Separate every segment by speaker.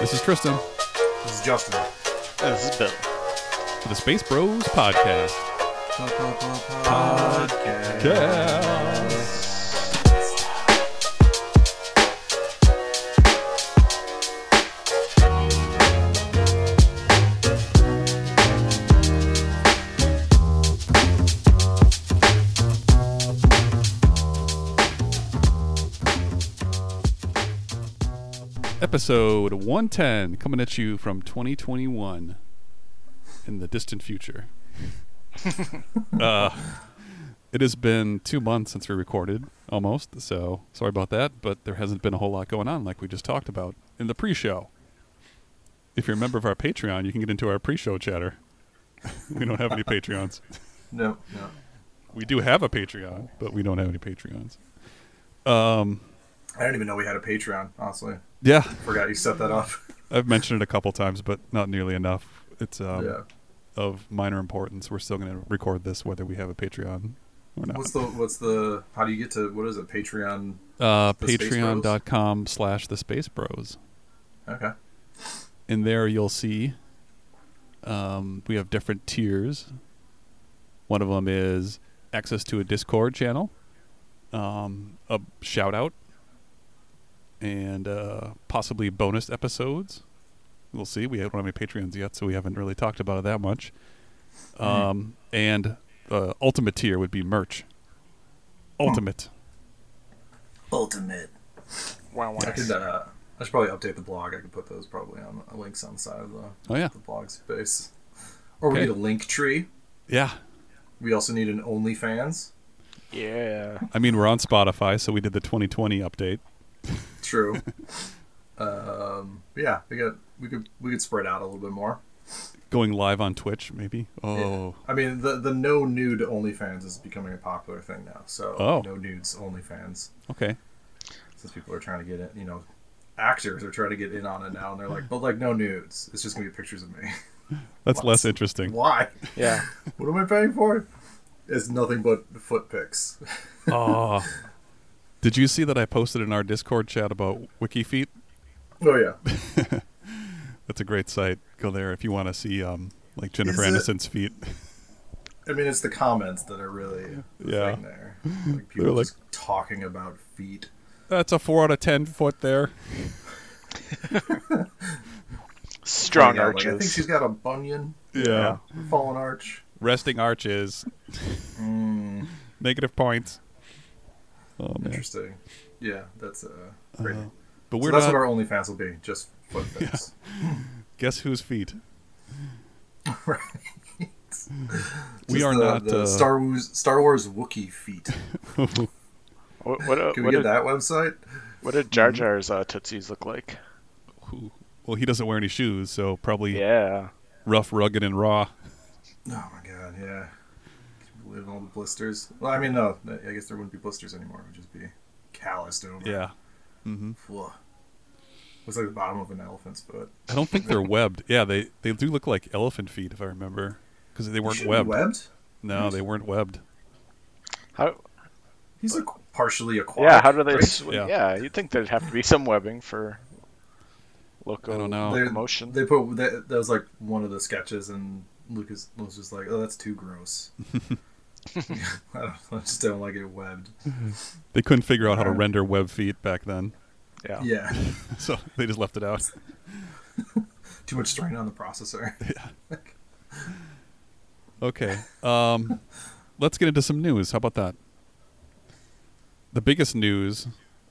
Speaker 1: This is Tristan
Speaker 2: This is Justin.
Speaker 3: This is Bill.
Speaker 1: for the Space Bros Podcast.
Speaker 2: Podcast.
Speaker 1: Episode 110 coming at you from 2021 in the distant future. uh, it has been two months since we recorded, almost, so sorry about that, but there hasn't been a whole lot going on like we just talked about in the pre show. If you're a member of our Patreon, you can get into our pre show chatter. we don't have any Patreons.
Speaker 2: No, no.
Speaker 1: We do have a Patreon, but we don't have any Patreons.
Speaker 2: I didn't even know we had a Patreon, honestly.
Speaker 1: Yeah,
Speaker 2: Forgot you set that up.
Speaker 1: I've mentioned it a couple times, but not nearly enough. It's um,
Speaker 2: yeah.
Speaker 1: of minor importance. We're still going to record this whether we have a Patreon or not.
Speaker 2: What's the what's the how do you get to what is it? Patreon
Speaker 1: uh,
Speaker 2: the Space Bros?
Speaker 1: Patreon.com slash The Space Bros.
Speaker 2: Okay.
Speaker 1: In there, you'll see um, we have different tiers. One of them is access to a Discord channel, um, a shout out, and uh, possibly bonus episodes. We'll see. We don't have any Patreons yet, so we haven't really talked about it that much. Um, And the ultimate tier would be merch. Ultimate.
Speaker 2: Ultimate.
Speaker 3: Wow, wow.
Speaker 2: I could uh I should probably update the blog. I could put those probably on the links on the side of the,
Speaker 1: Oh, yeah.
Speaker 2: the blog space. Or
Speaker 1: Okay.
Speaker 2: we need a link tree.
Speaker 1: Yeah.
Speaker 2: We also need an OnlyFans.
Speaker 3: Yeah.
Speaker 1: I mean, we're on Spotify, so we did the 2020 update.
Speaker 2: True. um yeah, we got we could we could spread out a little bit more.
Speaker 1: Going live on Twitch, maybe. Oh.
Speaker 2: I mean, the the no nude OnlyFans is becoming a popular thing now. So
Speaker 1: Oh.
Speaker 2: no nudes OnlyFans,
Speaker 1: Okay.
Speaker 2: since people are trying to get it. You know, actors are trying to get in on it now, and they're like, but like no nudes. It's just gonna be pictures of me.
Speaker 1: That's
Speaker 2: What?
Speaker 1: less interesting.
Speaker 2: Why?
Speaker 3: Yeah.
Speaker 2: What am I paying for? It's nothing but foot pics. Ah.
Speaker 1: oh. Did you see that I posted in our Discord chat about WikiFeet?
Speaker 2: oh yeah,
Speaker 1: That's a great site. Go there if you want to see um like Jennifer
Speaker 2: Is it-
Speaker 1: Aniston's feet.
Speaker 2: I mean, it's the comments that are really the
Speaker 1: Yeah.
Speaker 2: thing there. Like people
Speaker 1: like-
Speaker 2: just talking about feet.
Speaker 1: That's a 4 out of 10 foot there.
Speaker 3: Strong
Speaker 2: Yeah, like, I think
Speaker 3: arches.
Speaker 2: she's got a bunion,
Speaker 1: Yeah.
Speaker 2: fallen arch.
Speaker 1: Resting arches.
Speaker 2: Hmm.
Speaker 1: Negative points. Oh man.
Speaker 2: Interesting. Yeah, that's uh, great.
Speaker 1: But
Speaker 2: So
Speaker 1: we're
Speaker 2: that's
Speaker 1: not
Speaker 2: what our OnlyFans will be, just foot pics.
Speaker 1: guess whose feet?
Speaker 2: Right.
Speaker 1: We
Speaker 2: Just
Speaker 1: are
Speaker 2: the,
Speaker 1: not
Speaker 2: the
Speaker 1: uh,
Speaker 2: Star Wars Star Wars Wookiee feet.
Speaker 3: What, what, a,
Speaker 2: Can we
Speaker 3: what,
Speaker 2: get
Speaker 3: a,
Speaker 2: that website?
Speaker 3: what did Jar Jar's uh, tootsies look like?
Speaker 1: well, he doesn't wear any shoes, so probably
Speaker 3: Yeah.
Speaker 1: rough, rugged and raw.
Speaker 2: Oh my god, yeah. Can you believe all the blisters? Well, I mean, no. I guess there wouldn't be blisters anymore. It would just be calloused over.
Speaker 1: Yeah. Mhm.
Speaker 2: Whoa. Looks like the bottom of an elephant's foot.
Speaker 1: I don't think they're webbed. Yeah, they they do look like elephant feet if I remember, because they weren't
Speaker 2: Should be
Speaker 1: webbed.
Speaker 2: Webbed?
Speaker 1: No, they weren't webbed.
Speaker 3: How?
Speaker 2: He's like partially aquatic.
Speaker 3: Yeah. How do they?
Speaker 2: right?
Speaker 3: Sw-
Speaker 1: Yeah.
Speaker 3: yeah. You'd think there'd have to be some webbing for local
Speaker 1: I don't know.
Speaker 2: They-
Speaker 3: motion.
Speaker 2: They put that, that was like one of the sketches, and Lucas was just like, "Oh, that's too gross." I, don't, I just don't like it webbed.
Speaker 1: They couldn't figure out how to render web feet back then,
Speaker 3: yeah.
Speaker 2: Yeah,
Speaker 1: so they just left it out.
Speaker 2: too much strain on the processor.
Speaker 1: Okay, um, let's get into some news. How about that? The biggest news,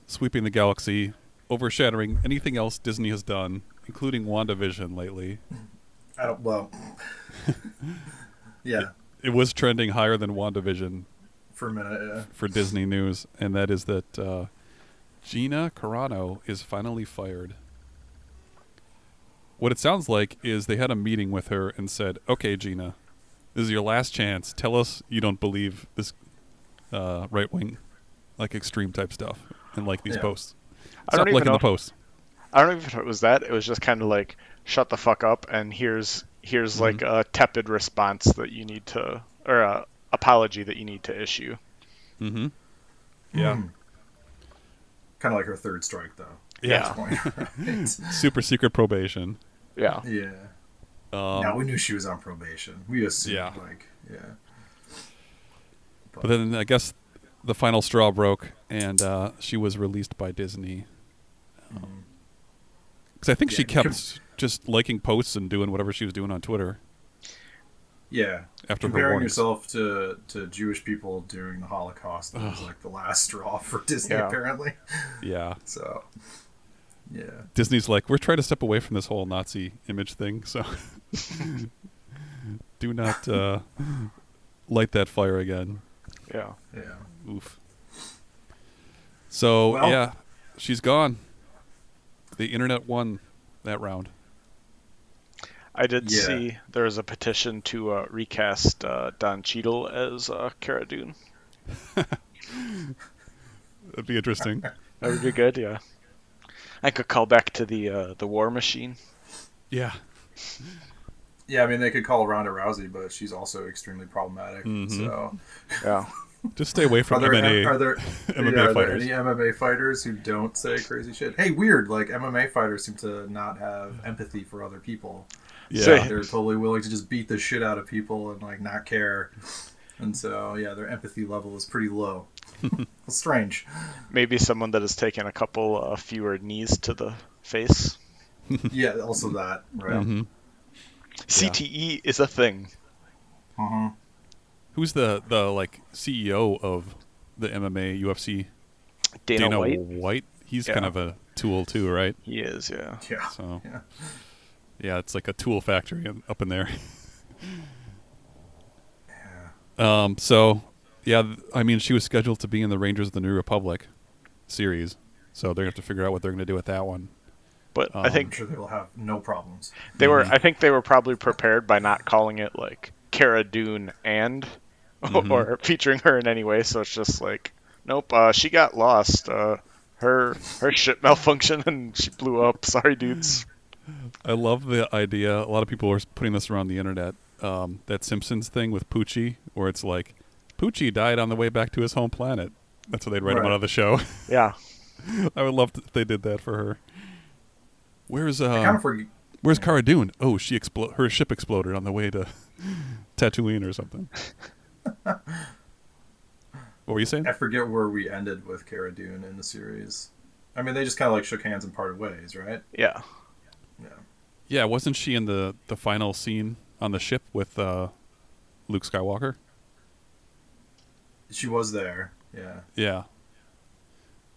Speaker 1: sweeping the galaxy, overshadowing anything else Disney has done, including WandaVision lately.
Speaker 2: I don't. Well, yeah,
Speaker 1: It was trending higher than WandaVision
Speaker 2: for a minute. Yeah.
Speaker 1: for Disney news, and that is that uh, Gina Carano is finally fired. What it sounds like is they had a meeting with her and said, "Okay, Gina, this is your last chance. Tell us you don't believe this uh, right wing, like extreme type stuff, and like these
Speaker 2: Yeah.
Speaker 1: posts.
Speaker 3: I
Speaker 1: Stop
Speaker 3: don't even
Speaker 1: liking
Speaker 3: know
Speaker 1: the
Speaker 3: if-
Speaker 1: posts."
Speaker 3: I don't even know if it was that. It was just kind of like, shut the fuck up, and here's here's like
Speaker 1: Mm-hmm.
Speaker 3: a tepid response that you need to, or a apology that you need to issue.
Speaker 1: Mm-hmm. Yeah,
Speaker 3: Hmm.
Speaker 2: Kind of like her third strike, though.
Speaker 3: Yeah.
Speaker 2: point. right?
Speaker 1: Super secret probation.
Speaker 3: Yeah.
Speaker 2: yeah.
Speaker 1: Um,
Speaker 2: now we knew she was on probation. We assumed,
Speaker 1: Yeah.
Speaker 2: like, yeah.
Speaker 1: But then I guess the final straw broke, and uh, she was released by Disney. Because I think she
Speaker 2: Mm-hmm. Yeah, you
Speaker 1: kept just liking posts and doing whatever she was doing on Twitter
Speaker 2: Yeah,
Speaker 1: after her
Speaker 2: comparing
Speaker 1: warnings.
Speaker 2: yourself to, to Jewish people during the Holocaust that was
Speaker 1: Ugh.
Speaker 2: like the last straw for Disney,
Speaker 3: Yeah.
Speaker 2: apparently.
Speaker 1: Yeah,
Speaker 2: So, yeah,
Speaker 1: Disney's like we're trying to step away from this whole Nazi image thing, so do not uh, light that fire again.
Speaker 3: Yeah.
Speaker 2: yeah.
Speaker 1: Oof. So
Speaker 2: Well-
Speaker 1: yeah, she's gone. The internet won that round.
Speaker 3: I did
Speaker 2: Yeah.
Speaker 3: see there was a petition to uh, recast uh, Don Cheadle as uh, Cara Dune.
Speaker 1: That'd be interesting.
Speaker 3: That would be good. Yeah. I could call back to the uh, the War Machine.
Speaker 1: yeah.
Speaker 2: Yeah, I mean, they could call Ronda Rousey, but she's also extremely problematic.
Speaker 1: Mhm.
Speaker 2: So,
Speaker 3: Yeah.
Speaker 1: Just stay away
Speaker 2: are
Speaker 1: from
Speaker 2: there,
Speaker 1: MMA.
Speaker 2: are there,
Speaker 1: MMA
Speaker 2: yeah, are there
Speaker 1: fighters.
Speaker 2: any MMA fighters who don't say crazy shit? Hey, weird. Like, MMA fighters seem to not have empathy for other people.
Speaker 1: yeah.
Speaker 3: Say-
Speaker 2: They're totally willing to just beat the shit out of people and, like, not care. And so, yeah, their empathy level is pretty low. Strange.
Speaker 3: Maybe someone that has taken a couple uh, fewer knees to the face.
Speaker 2: Yeah, also that, right?
Speaker 1: Mhm.
Speaker 3: CTE E is a thing.
Speaker 2: Mhm.
Speaker 1: Who's the the like CEO of the MMA UFC?
Speaker 3: Dana, White.
Speaker 1: He's
Speaker 3: Yeah.
Speaker 1: kind of a tool too, right?
Speaker 3: He is. Yeah.
Speaker 2: Yeah.
Speaker 1: So
Speaker 2: Yeah.
Speaker 1: yeah, it's like a tool factory in- up in there.
Speaker 2: Yeah.
Speaker 1: Um, so yeah, th- I mean, she was scheduled to be in the Rangers of the New Republic series, so they're gonna have to figure out what they're gonna do with that one.
Speaker 3: But I
Speaker 1: Um,
Speaker 2: I'm
Speaker 3: think
Speaker 2: sure they will have no problems.
Speaker 3: They were. I think they were probably prepared by not calling it like Cara Dune and, or featuring her in any way. So it's just like, nope. Uh, she got lost. Uh, her her ship malfunctioned and she blew up. Sorry, dudes.
Speaker 1: I love the idea. A lot of people are putting this around the internet. Um, that Simpsons thing with Poochie, where it's like Poochie died on the way back to his home planet. That's what they'd write about
Speaker 2: Right.
Speaker 1: on the show.
Speaker 3: Yeah.
Speaker 1: I would love to, if they did that for her. Where's
Speaker 2: I kind
Speaker 1: uh,
Speaker 2: of forget.
Speaker 1: Where's Cara Dune? Oh, she explo- her ship exploded on the way to Tatooine or something. what were you saying?
Speaker 2: I forget where we ended with Cara Dune in the series. I mean, they just kind of like shook hands and parted ways, right?
Speaker 3: Yeah.
Speaker 2: Yeah.
Speaker 1: Yeah, wasn't she in the the final scene on the ship with uh, Luke Skywalker?
Speaker 2: She was there. Yeah.
Speaker 1: Yeah,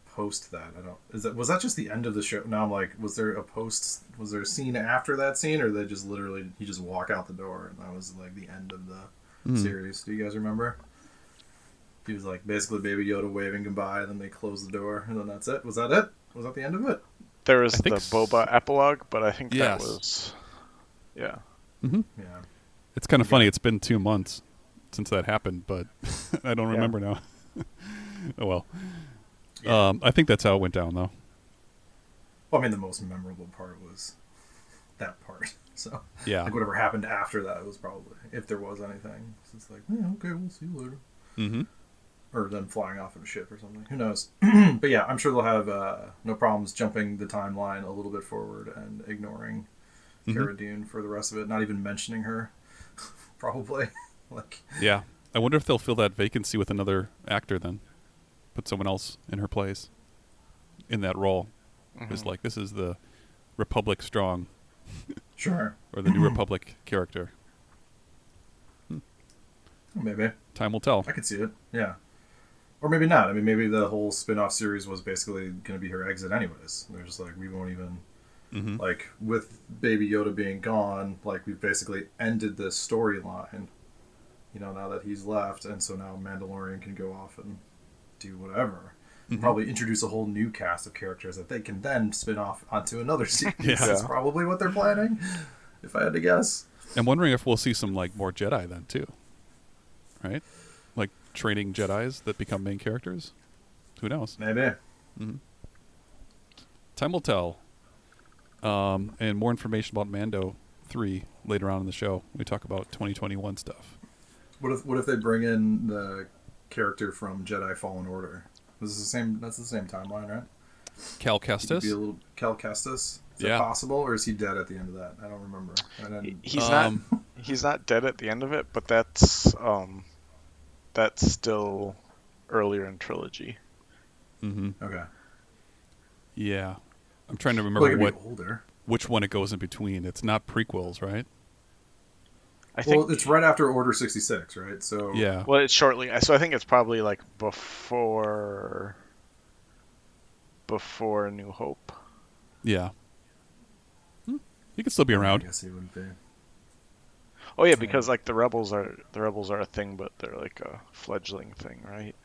Speaker 2: Post that, I don't. Is that was that just the end of the show? Now I'm like, was there a post? Was there a scene after that scene, or they just literally he just walk out the door and that was like the end of the
Speaker 1: Hmm.
Speaker 2: series? Do you guys remember? He was like basically Baby Yoda waving goodbye, and then they closed the door, and then that's it. Was that it? Was that the end of it?
Speaker 3: There was
Speaker 1: I
Speaker 3: the
Speaker 1: think s-
Speaker 3: Boba epilogue, but I think
Speaker 1: Yes.
Speaker 3: that was. Yeah.
Speaker 1: Mm-hmm.
Speaker 2: Yeah.
Speaker 1: it's kind of funny. It's been two months since that happened, but I don't
Speaker 3: Yeah.
Speaker 1: remember now. oh well.
Speaker 2: Yeah.
Speaker 1: Um, I think that's how it went down, though.
Speaker 2: Well, I mean, the most memorable part was that part. So,
Speaker 1: Yeah.
Speaker 2: like, whatever happened after that was probably, if there was anything, it's just like, yeah, okay, we'll see you later.
Speaker 1: Mm-hmm.
Speaker 2: Or them flying off in a ship or something. Who knows? but yeah, I'm sure they'll have uh, no problems jumping the timeline a little bit forward and ignoring Cara Dune for the rest of it, not even mentioning her, probably. like,
Speaker 1: Yeah. I wonder if they'll fill that vacancy with another actor then. Put someone else in her place in that role.
Speaker 2: Mm-hmm.
Speaker 1: It's like this is the Republic Strong
Speaker 2: sure,
Speaker 1: or the New Republic character.
Speaker 2: Oh, maybe.
Speaker 1: Time will tell.
Speaker 2: I could see it. Yeah. Or maybe not. I mean, maybe the whole spin-off series was basically going to be her exit anyways. They're just like, we won't even
Speaker 1: Mhm.
Speaker 2: like with Baby Yoda being gone, like we've basically ended this storyline. You know, now that he's left, and so now Mandalorian can go off and do whatever. And
Speaker 1: Mm-hmm.
Speaker 2: Probably introduce a whole new cast of characters that they can then spin off onto another series.
Speaker 1: Yeah.
Speaker 2: That's probably what they're planning, if I had to guess.
Speaker 1: I'm wondering if we'll see some like more Jedi then too. Right? Like training Jedis that become main characters? Who knows?
Speaker 2: Maybe.
Speaker 1: Time will tell. Um, and more information about Mando 3 later on in the show. We talk about 2021 stuff.
Speaker 2: What if what if they bring in the character from Jedi Fallen Order? This is the same. That's the same timeline, right?
Speaker 1: Cal
Speaker 2: He could
Speaker 1: Kestis.
Speaker 2: be a little Cal Kestis. Is
Speaker 1: Yeah.
Speaker 2: that possible, or is he dead at the end of that? I don't remember. I
Speaker 3: He-
Speaker 2: didn't,
Speaker 3: He's
Speaker 1: Um,
Speaker 3: not he's not dead at the end of it, but that's um that's still earlier in trilogy.
Speaker 1: hmm
Speaker 2: okay,
Speaker 1: Yeah, I'm trying to
Speaker 2: well,
Speaker 1: remember
Speaker 2: he could
Speaker 1: what
Speaker 2: be older.
Speaker 1: which one it goes in between. It's not prequels, right?
Speaker 3: I think
Speaker 2: Well, it's right after Order sixty six, right? So
Speaker 1: Yeah.
Speaker 3: Well, it's shortly. So I think it's probably like before before New Hope.
Speaker 1: Yeah. Hmm. He could still be
Speaker 2: I
Speaker 1: around.
Speaker 2: guess he would be.
Speaker 3: Oh yeah, because like the rebels are the rebels are a thing, but they're like a fledgling thing, right?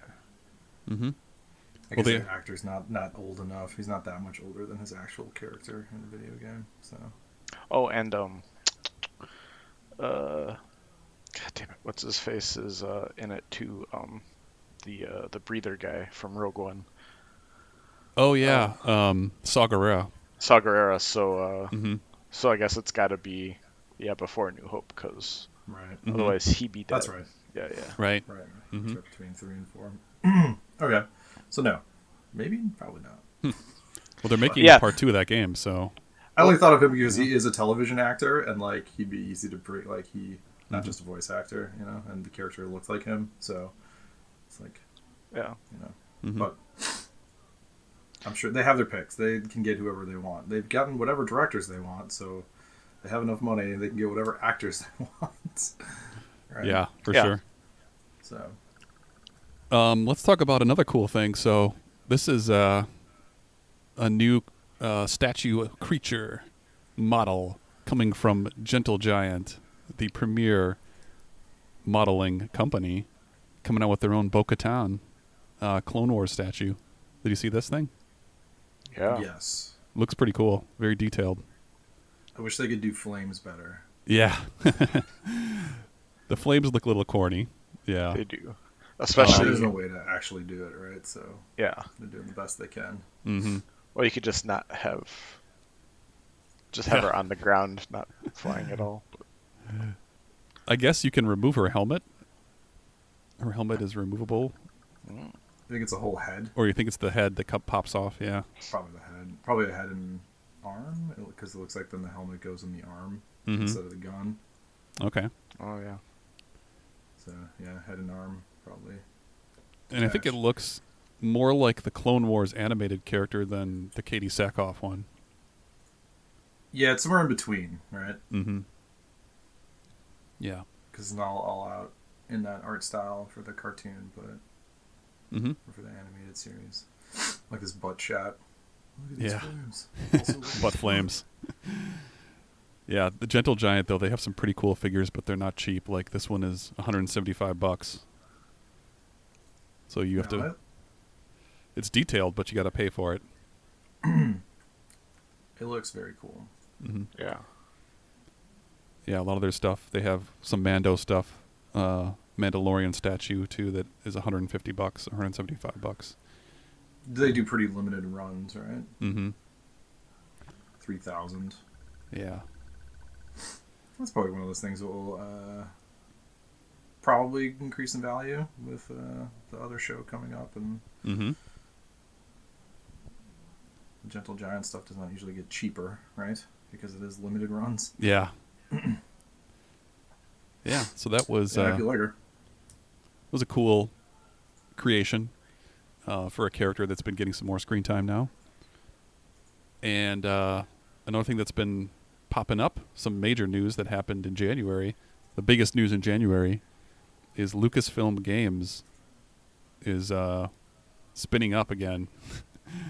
Speaker 1: Mm-hmm.
Speaker 2: I
Speaker 1: Well,
Speaker 2: guess
Speaker 1: they-
Speaker 2: the actor's not not old enough. He's not that much older than his actual character in the video game. So
Speaker 3: Oh, and um, uh, god damn it, what's his face is uh in it too. Um, the uh the breather guy from Rogue One,
Speaker 1: Oh yeah, um, Saw Gerrera.
Speaker 3: Saw Gerrera. So uh,
Speaker 1: Mm-hmm.
Speaker 3: so I guess it's got to be yeah before New Hope, because
Speaker 2: right,
Speaker 1: Mhm.
Speaker 3: otherwise he'd be dead.
Speaker 2: that's right,
Speaker 3: Yeah, yeah.
Speaker 1: Right.
Speaker 2: right. Mm-hmm. right.
Speaker 1: Mhm.
Speaker 2: Trip between three and four. okay, so no, maybe probably not.
Speaker 1: Well, they're making
Speaker 3: Yeah.
Speaker 1: part two of that game, so
Speaker 2: I only thought of him because he is a television actor, and like he'd be easy to bring. Like he, not
Speaker 1: Mhm.
Speaker 2: just a voice actor, you know, and the character looks like him. So it's like
Speaker 3: Yeah.
Speaker 2: you know,
Speaker 1: Mhm.
Speaker 2: but I'm sure they have their picks. They can get whoever they want. They've gotten whatever directors they want, so they have enough money. They can get whatever actors they want. Right?
Speaker 1: yeah, for
Speaker 3: Yeah.
Speaker 1: sure.
Speaker 2: So
Speaker 1: Um, let's talk about another cool thing. So this is uh, a new uh, statue creature model coming from Gentle Giant, the premier modeling company, coming out with their own Bo-Katan uh, Clone Wars statue. Did you see this thing?
Speaker 3: Yeah.
Speaker 2: yes,
Speaker 1: Looks pretty cool. Very detailed.
Speaker 2: I wish they could do flames better.
Speaker 1: Yeah. the flames look a little corny. Yeah.
Speaker 3: They do.
Speaker 1: Oh,
Speaker 2: But
Speaker 3: Especially,
Speaker 2: there's no way to actually do it right, so
Speaker 3: yeah.
Speaker 2: they're doing the best they can.
Speaker 1: Mm-hmm.
Speaker 3: Or you could just not have, just have her on the ground, not flying at all.
Speaker 1: I guess you can remove her helmet. Her helmet is removable,
Speaker 2: I think it's a whole head,
Speaker 1: or you think it's the head that cup pops off. Yeah.
Speaker 2: probably the head, probably a head and arm, because it looks like then the helmet goes in the arm
Speaker 1: Mm-hmm.
Speaker 2: instead of the gun.
Speaker 1: Okay.
Speaker 3: Oh yeah.
Speaker 2: So yeah, head and arm probably.
Speaker 1: And I think it
Speaker 2: Gosh.
Speaker 1: looks more like the Clone Wars animated character than the Katie Sackhoff one.
Speaker 2: Yeah, it's somewhere in between, right?
Speaker 1: Mm-hmm. Yeah.
Speaker 2: because it's not all out in that art style for the cartoon, but
Speaker 1: Mm-hmm.
Speaker 2: or for the animated series, like this butt shot. Look at
Speaker 1: Yeah.
Speaker 2: flames. Also-
Speaker 1: Butt flames. yeah, the Gentle Giant though they have some pretty cool figures, but they're not cheap. Like this one is 175 bucks. So you have
Speaker 2: Now,
Speaker 1: to.
Speaker 2: that-
Speaker 1: It's detailed, but you got to pay for it.
Speaker 2: It looks very cool.
Speaker 1: Mm-hmm.
Speaker 3: Yeah.
Speaker 1: Yeah, a lot of their stuff. They have some Mando stuff, uh, Mandalorian statue too that is 150 bucks, 175 bucks.
Speaker 2: They do pretty limited runs, right?
Speaker 1: Mm-hmm.
Speaker 2: Three thousand.
Speaker 1: Yeah.
Speaker 2: That's probably one of those things that will uh, probably increase in value with uh, the other show coming up, and
Speaker 1: Mm-hmm.
Speaker 2: the Gentle Giant stuff does not usually get cheaper, right? Because it is limited runs.
Speaker 1: Yeah. yeah. So that was.
Speaker 2: It
Speaker 1: Uh,
Speaker 2: might be lighter.
Speaker 1: It was a cool creation uh, for a character that's been getting some more screen time now. And uh, another thing that's been popping up, some major news that happened in January, the biggest news in January, is Lucasfilm Games is uh, spinning up again.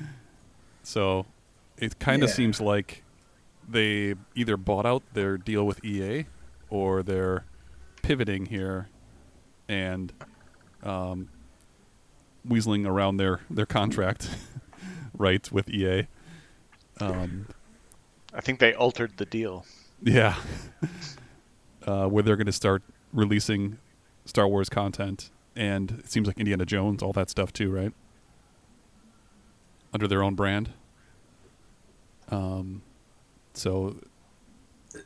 Speaker 1: so it kind of
Speaker 2: Yeah.
Speaker 1: seems like they either bought out their deal with EA or they're pivoting here and um, weaseling around their, their contract rights with EA. Um,
Speaker 3: I think they altered the deal.
Speaker 1: yeah. uh, where they're going to start releasing Star Wars content and it seems like Indiana Jones, all that stuff too, right? Under their own brand. Um, so,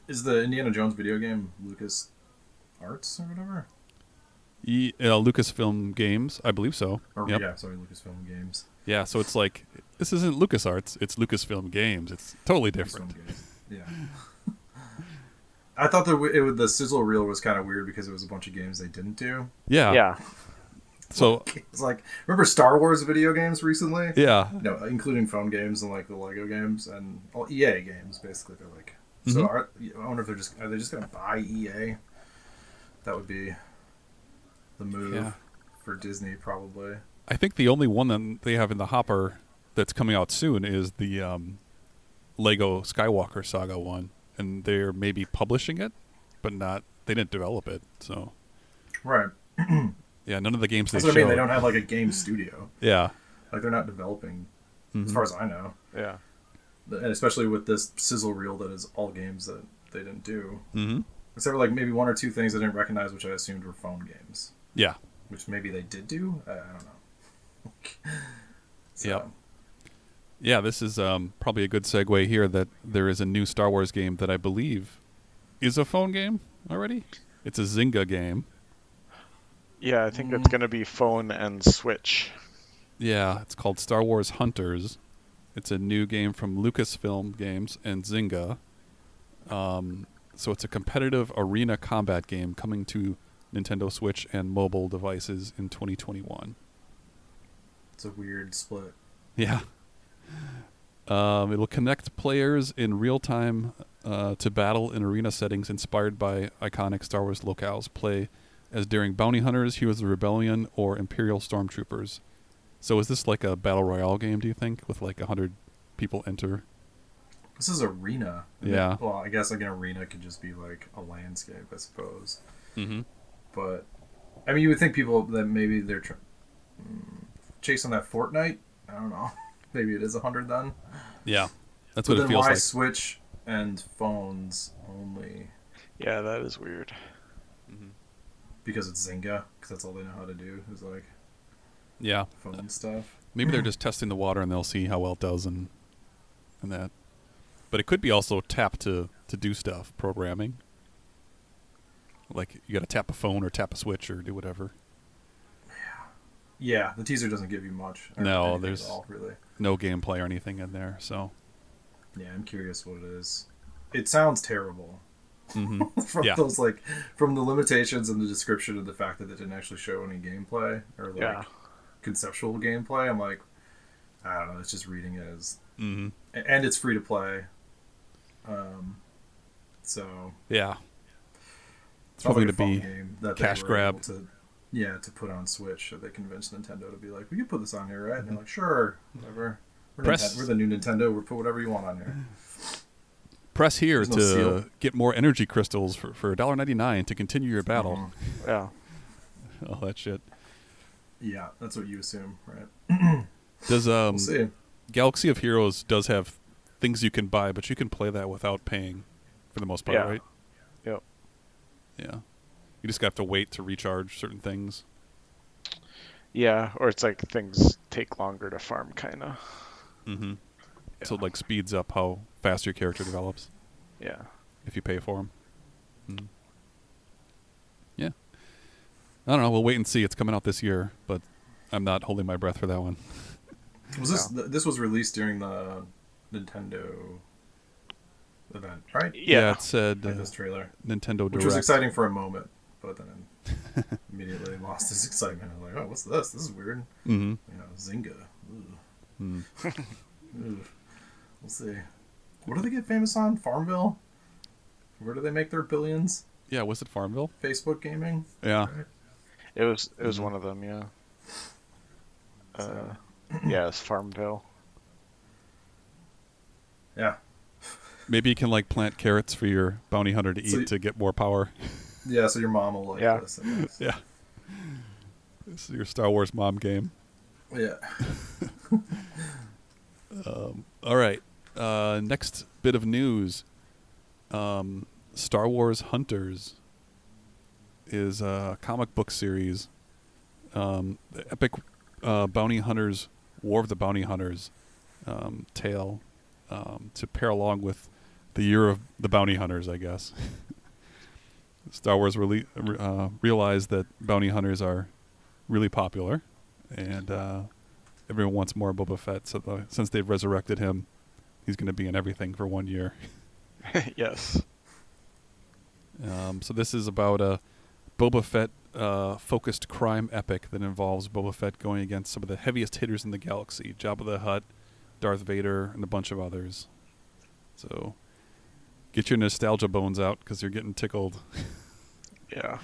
Speaker 2: Is the Indiana Jones video game Lucas Arts or whatever?
Speaker 1: e- uh, Lucasfilm Games, I believe so.
Speaker 2: Or
Speaker 1: Yep.
Speaker 2: Oh, yeah, sorry, Lucasfilm Games.
Speaker 1: Yeah, so it's like this isn't LucasArts, it's Lucasfilm Games. It's totally different.
Speaker 2: Lucasfilm Games. Yeah. I thought the it, would- the sizzle reel was kind of weird because it was a bunch of games they didn't do.
Speaker 1: Yeah.
Speaker 3: yeah.
Speaker 1: So
Speaker 2: It's like remember Star Wars video games recently?
Speaker 1: yeah.
Speaker 2: No, including phone games and like the Lego games and all EA games. Basically, they're like.
Speaker 1: Mm-hmm.
Speaker 2: So are, I wonder if they're just are they just gonna buy EA? That would be the move
Speaker 1: Yeah.
Speaker 2: for Disney probably.
Speaker 1: I think the only one that they have in the hopper that's coming out soon is the um, Lego Skywalker Saga one, and they're maybe publishing it, but not they didn't develop it. So
Speaker 2: Right.
Speaker 1: yeah, none of the games they
Speaker 2: That's
Speaker 1: show.
Speaker 2: what I mean. They don't have like a game studio.
Speaker 1: yeah,
Speaker 2: Like they're not developing,
Speaker 1: Mm-hmm.
Speaker 2: as far as I know.
Speaker 3: Yeah.
Speaker 2: And especially with this sizzle reel that is all games that they didn't do,
Speaker 1: mm-hmm.
Speaker 2: except for like maybe one or two things I didn't recognize, which I assumed were phone games,
Speaker 1: yeah,
Speaker 2: which maybe they did do. I, I don't know. so,
Speaker 1: Yep. yeah. This is um, probably a good segue here that there is a new Star Wars game that I believe is a phone game already. It's a Zynga game.
Speaker 3: Yeah, I think it's going to be phone and Switch.
Speaker 1: Yeah, it's called Star Wars Hunters. It's a new game from Lucasfilm Games and Zynga. Um, so it's a competitive arena combat game coming to Nintendo Switch and mobile devices in 2021.
Speaker 2: It's a weird split.
Speaker 1: Yeah. Um, it'll connect players in real time uh, to battle in arena settings inspired by iconic Star Wars locales. Play as daring bounty hunters, heroes of the rebellion, or Imperial stormtroopers. So is this like a battle royale game? Do you think with like hundred people enter?
Speaker 2: This is arena.
Speaker 1: Yeah.
Speaker 2: Well, I guess like an arena could just be like a landscape, I suppose.
Speaker 1: Mm-hmm.
Speaker 2: But I mean, you would think people that maybe they're tr- mm, chasing that Fortnite. I don't know. Maybe it is a hundred then.
Speaker 1: Yeah, that's
Speaker 2: But
Speaker 1: what
Speaker 2: then
Speaker 1: it feels
Speaker 2: why
Speaker 1: like.
Speaker 2: Switch and phones only?
Speaker 3: Yeah, that is weird.
Speaker 2: Because it's Zynga. Because that's all they know how to do is like
Speaker 1: Yeah,
Speaker 2: phone stuff.
Speaker 1: maybe they're just testing the water and they'll see how well it does and and that. But it could be also tap to to do stuff programming. Like you got to tap a phone or tap a switch or do whatever.
Speaker 2: Yeah, the teaser doesn't give you much. or
Speaker 1: No,
Speaker 2: anything at
Speaker 1: there's-
Speaker 2: all, really.
Speaker 1: No gameplay or anything in there. So
Speaker 2: Yeah, I'm curious what it is. It sounds terrible.
Speaker 1: hmm
Speaker 2: from
Speaker 1: Yeah.
Speaker 2: those like from the limitations and the description of the fact that they didn't actually show any gameplay or like
Speaker 3: Yeah.
Speaker 2: conceptual gameplay. I'm like, I don't know. It's just reading it as,
Speaker 1: hmm
Speaker 2: a- and it's free to play. Um, so
Speaker 1: yeah,
Speaker 2: it's
Speaker 1: probably
Speaker 2: like a
Speaker 1: gonna
Speaker 2: fun
Speaker 1: be
Speaker 2: game that
Speaker 1: cash
Speaker 2: were
Speaker 1: grab.
Speaker 2: able To, yeah, to put on Switch, so they convinced Nintendo to be like, we could put this on here, right? And they're like, sure, whatever. We're,
Speaker 1: Mm-hmm. Press-
Speaker 2: Ninten- we're the new Nintendo. We'll put whatever you want on here.
Speaker 1: press here
Speaker 2: There's no
Speaker 1: to
Speaker 2: seal.
Speaker 1: get more energy crystals for for $1.99 to continue your battle.
Speaker 2: Mhm.
Speaker 3: Yeah.
Speaker 2: Mm-hmm.
Speaker 1: All that shit.
Speaker 2: Yeah, that's what you assume, right?
Speaker 1: Does um
Speaker 2: We'll see.
Speaker 1: Galaxy of Heroes does have things you can buy, but you can play that without paying for the most part,
Speaker 3: Yeah.
Speaker 1: right?
Speaker 3: Yep.
Speaker 1: Yeah. You just have to wait to recharge certain things.
Speaker 3: Yeah, or it's like things take longer to farm, kind of.
Speaker 1: Mm-hmm. So it like speeds up how fast your character develops
Speaker 3: Yeah.
Speaker 1: if you pay for them. Yeah. I don't know. We'll wait and see. It's coming out this year, but I'm not holding my breath for that one.
Speaker 2: Was this th- this was released during the Nintendo event, right?
Speaker 3: Yeah.
Speaker 1: it said uh,
Speaker 2: Like this trailer,
Speaker 1: Nintendo Direct.
Speaker 2: which was exciting for a moment, but then immediately lost its excitement. I was like, "Oh, what's this? This is weird."
Speaker 1: Mhm.
Speaker 2: You know, Zynga. Ugh.
Speaker 1: Mm.
Speaker 2: Ugh. We'll see. What do they get famous on? Farmville. Where do they make their billions?
Speaker 1: Yeah, was it Farmville?
Speaker 2: Facebook gaming.
Speaker 1: Yeah.
Speaker 3: It was it was one of them, yeah. Uh, yeah, it's Farmville.
Speaker 2: Yeah,
Speaker 1: Maybe you can like plant carrots for your bounty hunter to eat
Speaker 2: So y-
Speaker 1: to get more power.
Speaker 2: yeah. So your mom will like
Speaker 3: Yeah.
Speaker 2: this. I guess.
Speaker 1: Yeah. This is your Star Wars mom game.
Speaker 2: Yeah.
Speaker 1: All right. Uh, next bit of news um, Star Wars Hunters is a comic book series. Um, the epic uh, bounty hunters, War of the Bounty Hunters um, tale um, to pair along with the year of the bounty hunters, I guess. Star Wars rele- uh, realized that bounty hunters are really popular, and uh, everyone wants more Boba Fett. So the, since they've resurrected him, he's going to be in everything for one year.
Speaker 3: yes.
Speaker 1: Um, so this is about a Boba Fett uh, focused crime epic that involves Boba Fett going against some of the heaviest hitters in the galaxy: Jabba the Hutt, Darth Vader, and a bunch of others. So get your nostalgia bones out because you're getting tickled.
Speaker 3: Yeah.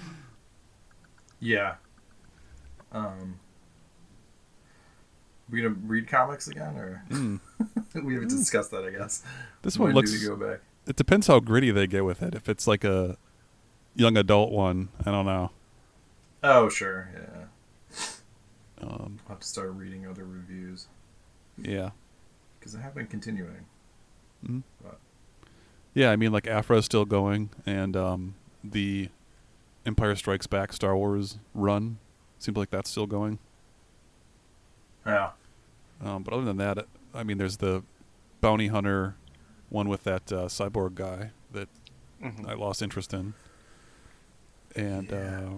Speaker 2: Yeah. Um, we gonna read comics again, or
Speaker 1: Mm.
Speaker 2: we haven't discussed that? I guess
Speaker 1: This one
Speaker 2: When
Speaker 1: looks.
Speaker 2: Hmm. do we go back.
Speaker 1: It depends how gritty they get with it. If it's like a young adult one, I don't know.
Speaker 2: Oh, sure. Yeah,
Speaker 1: Um,
Speaker 2: I'll have to start reading other reviews
Speaker 1: yeah,
Speaker 2: because I have been continuing.
Speaker 1: Mm. yeah. I mean, like Afro's still going, and um, the Empire Strikes Back Star Wars run seems like that's still going.
Speaker 2: Yeah.
Speaker 1: Um, but other than that, I mean, there's the bounty hunter one with that uh, cyborg guy that
Speaker 3: Mhm.
Speaker 1: I lost interest in, and uh,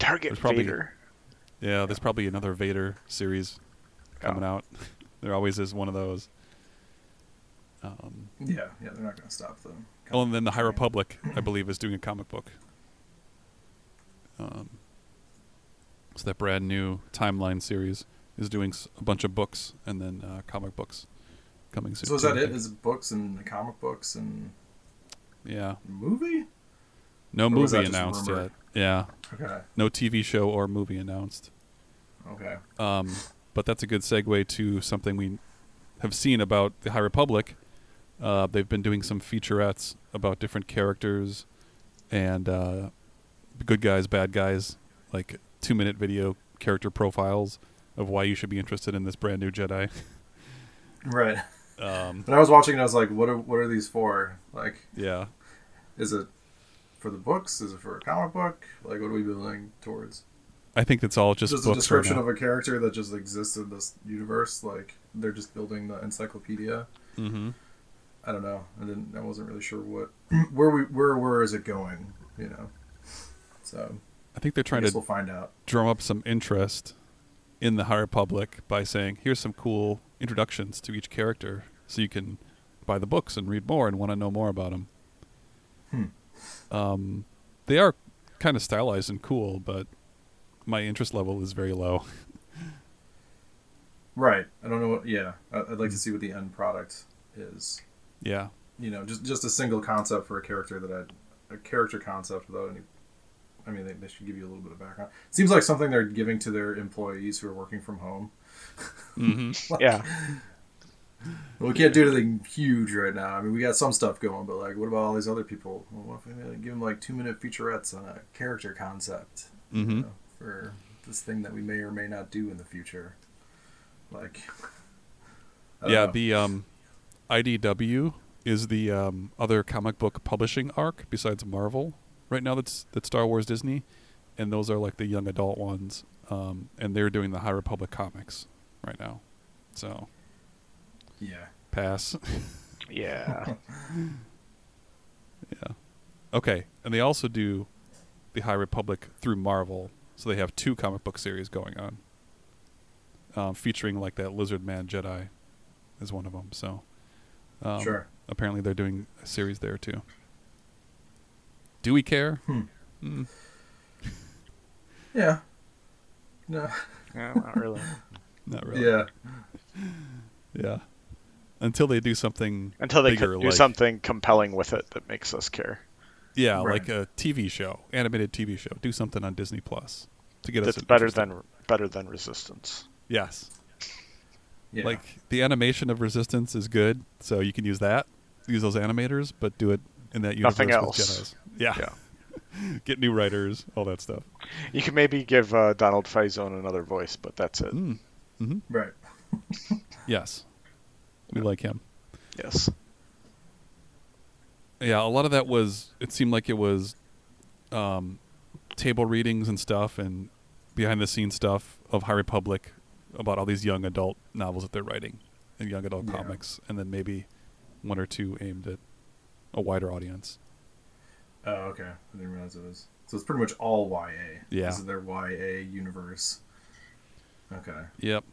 Speaker 3: Target
Speaker 1: There's probably-
Speaker 3: Vader.
Speaker 1: yeah, there's probably another Vader series coming
Speaker 3: Yeah.
Speaker 1: out. there always is one of those. Um,
Speaker 2: Yeah. Yeah. They're not gonna stop them.
Speaker 1: oh, and then the High Republic, I believe, is doing a comic book. Um, so that brand new timeline series is doing s- a bunch of books and then uh, comic books coming soon.
Speaker 2: So is
Speaker 1: too, I
Speaker 2: that it?
Speaker 1: think.
Speaker 2: Is it books and comic books and
Speaker 1: yeah.
Speaker 2: movie?
Speaker 1: No
Speaker 2: was
Speaker 1: movie
Speaker 2: that just a
Speaker 1: announced
Speaker 2: rumor?
Speaker 1: yet. Yeah.
Speaker 2: Okay.
Speaker 1: No TV show or movie announced.
Speaker 2: Okay.
Speaker 1: Um, but that's a good segue to something we have seen about the High Republic. Uh, they've been doing some featurettes about different characters and uh, good guys, bad guys, like two minute video character profiles of why you should be interested in this brand new Jedi.
Speaker 2: Right.
Speaker 1: Um,
Speaker 2: But I was watching and I was like, what are what are these for? Like,
Speaker 1: yeah.
Speaker 2: is it for the books? Is it for a comic book? Like, what are we building towards?
Speaker 1: I think it's all just,
Speaker 2: just
Speaker 1: books
Speaker 2: a
Speaker 1: right
Speaker 2: description
Speaker 1: now.
Speaker 2: of a character that just exists in this universe. Like they're just building the encyclopedia.
Speaker 1: Mhm.
Speaker 2: I don't know. I didn't. I wasn't really sure what where we where where is it going. You know. So
Speaker 1: I think they're
Speaker 2: I
Speaker 1: trying
Speaker 2: guess
Speaker 1: to
Speaker 2: we'll find out.
Speaker 1: drum up some interest in the High Republic by saying, here's some cool introductions to each character so you can buy the books and read more and want to know more about them. Um, they are kind of stylized and cool, but my interest level is very low.
Speaker 2: Right. I don't know. what Yeah. I- I'd like to see what the end product is.
Speaker 1: yeah.
Speaker 2: You know, just just a single concept for a character that I a character concept without any. I mean, they, they should give you a little bit of background. Seems like something they're giving to their employees who are working from home.
Speaker 1: Mm-hmm.
Speaker 3: Yeah.
Speaker 2: Well, we can't do anything huge right now. I mean, we got some stuff going, but like, what about all these other people? Well, what if we uh, give them like two minute featurettes on a character concept
Speaker 1: mm-hmm.
Speaker 2: you know, for this thing that we may or may not do in the future? Like, I don't
Speaker 1: Yeah,
Speaker 2: know.
Speaker 1: the um, IDW is the um, other comic book publishing arc besides Marvel right now. That's that's Star Wars, Disney, and those are like the young adult ones. Um, and they're doing the High Republic comics right now. So
Speaker 2: yeah,
Speaker 1: pass.
Speaker 3: Yeah.
Speaker 1: yeah. Okay, and they also do the High Republic through Marvel, so they have two comic book series going on, um, featuring like that Lizard Man Jedi, is one of them. So um,
Speaker 2: sure.
Speaker 1: apparently they're doing a series there too. Do we care?
Speaker 2: Hmm.
Speaker 1: Mm.
Speaker 2: Yeah. No.
Speaker 3: yeah. Not really.
Speaker 1: Not really.
Speaker 2: Yeah.
Speaker 1: Yeah. Until they do something
Speaker 3: Until they
Speaker 1: bigger,
Speaker 3: could do
Speaker 1: like,
Speaker 3: something compelling with it that makes us care.
Speaker 1: Yeah,
Speaker 2: Right.
Speaker 1: like a TV show, animated TV show. Do something on Disney Plus to get
Speaker 3: That's
Speaker 1: us
Speaker 3: better
Speaker 1: interested.
Speaker 3: than better than Resistance.
Speaker 1: yes.
Speaker 2: Yeah.
Speaker 1: Like the animation of Resistance is good, so you can use that, use those animators, but do it in that universe
Speaker 3: Nothing
Speaker 1: with
Speaker 3: else.
Speaker 1: Jedi's. Yeah. get new writers, all that stuff.
Speaker 3: You can maybe give uh, Donald Faison another voice, but that's it.
Speaker 1: Mm. hmm
Speaker 2: right.
Speaker 1: Yes, we like him.
Speaker 3: Yes.
Speaker 1: yeah a lot of that was it seemed like it was um table readings and stuff and behind the scenes stuff of high republic about all these young adult novels that they're writing and young adult
Speaker 2: Yeah.
Speaker 1: comics and then maybe one or two aimed at a wider audience
Speaker 2: Oh, okay. I didn't realize it was. So it's pretty much all YA.
Speaker 1: Yeah.
Speaker 2: This is their YA universe. Okay.
Speaker 1: yep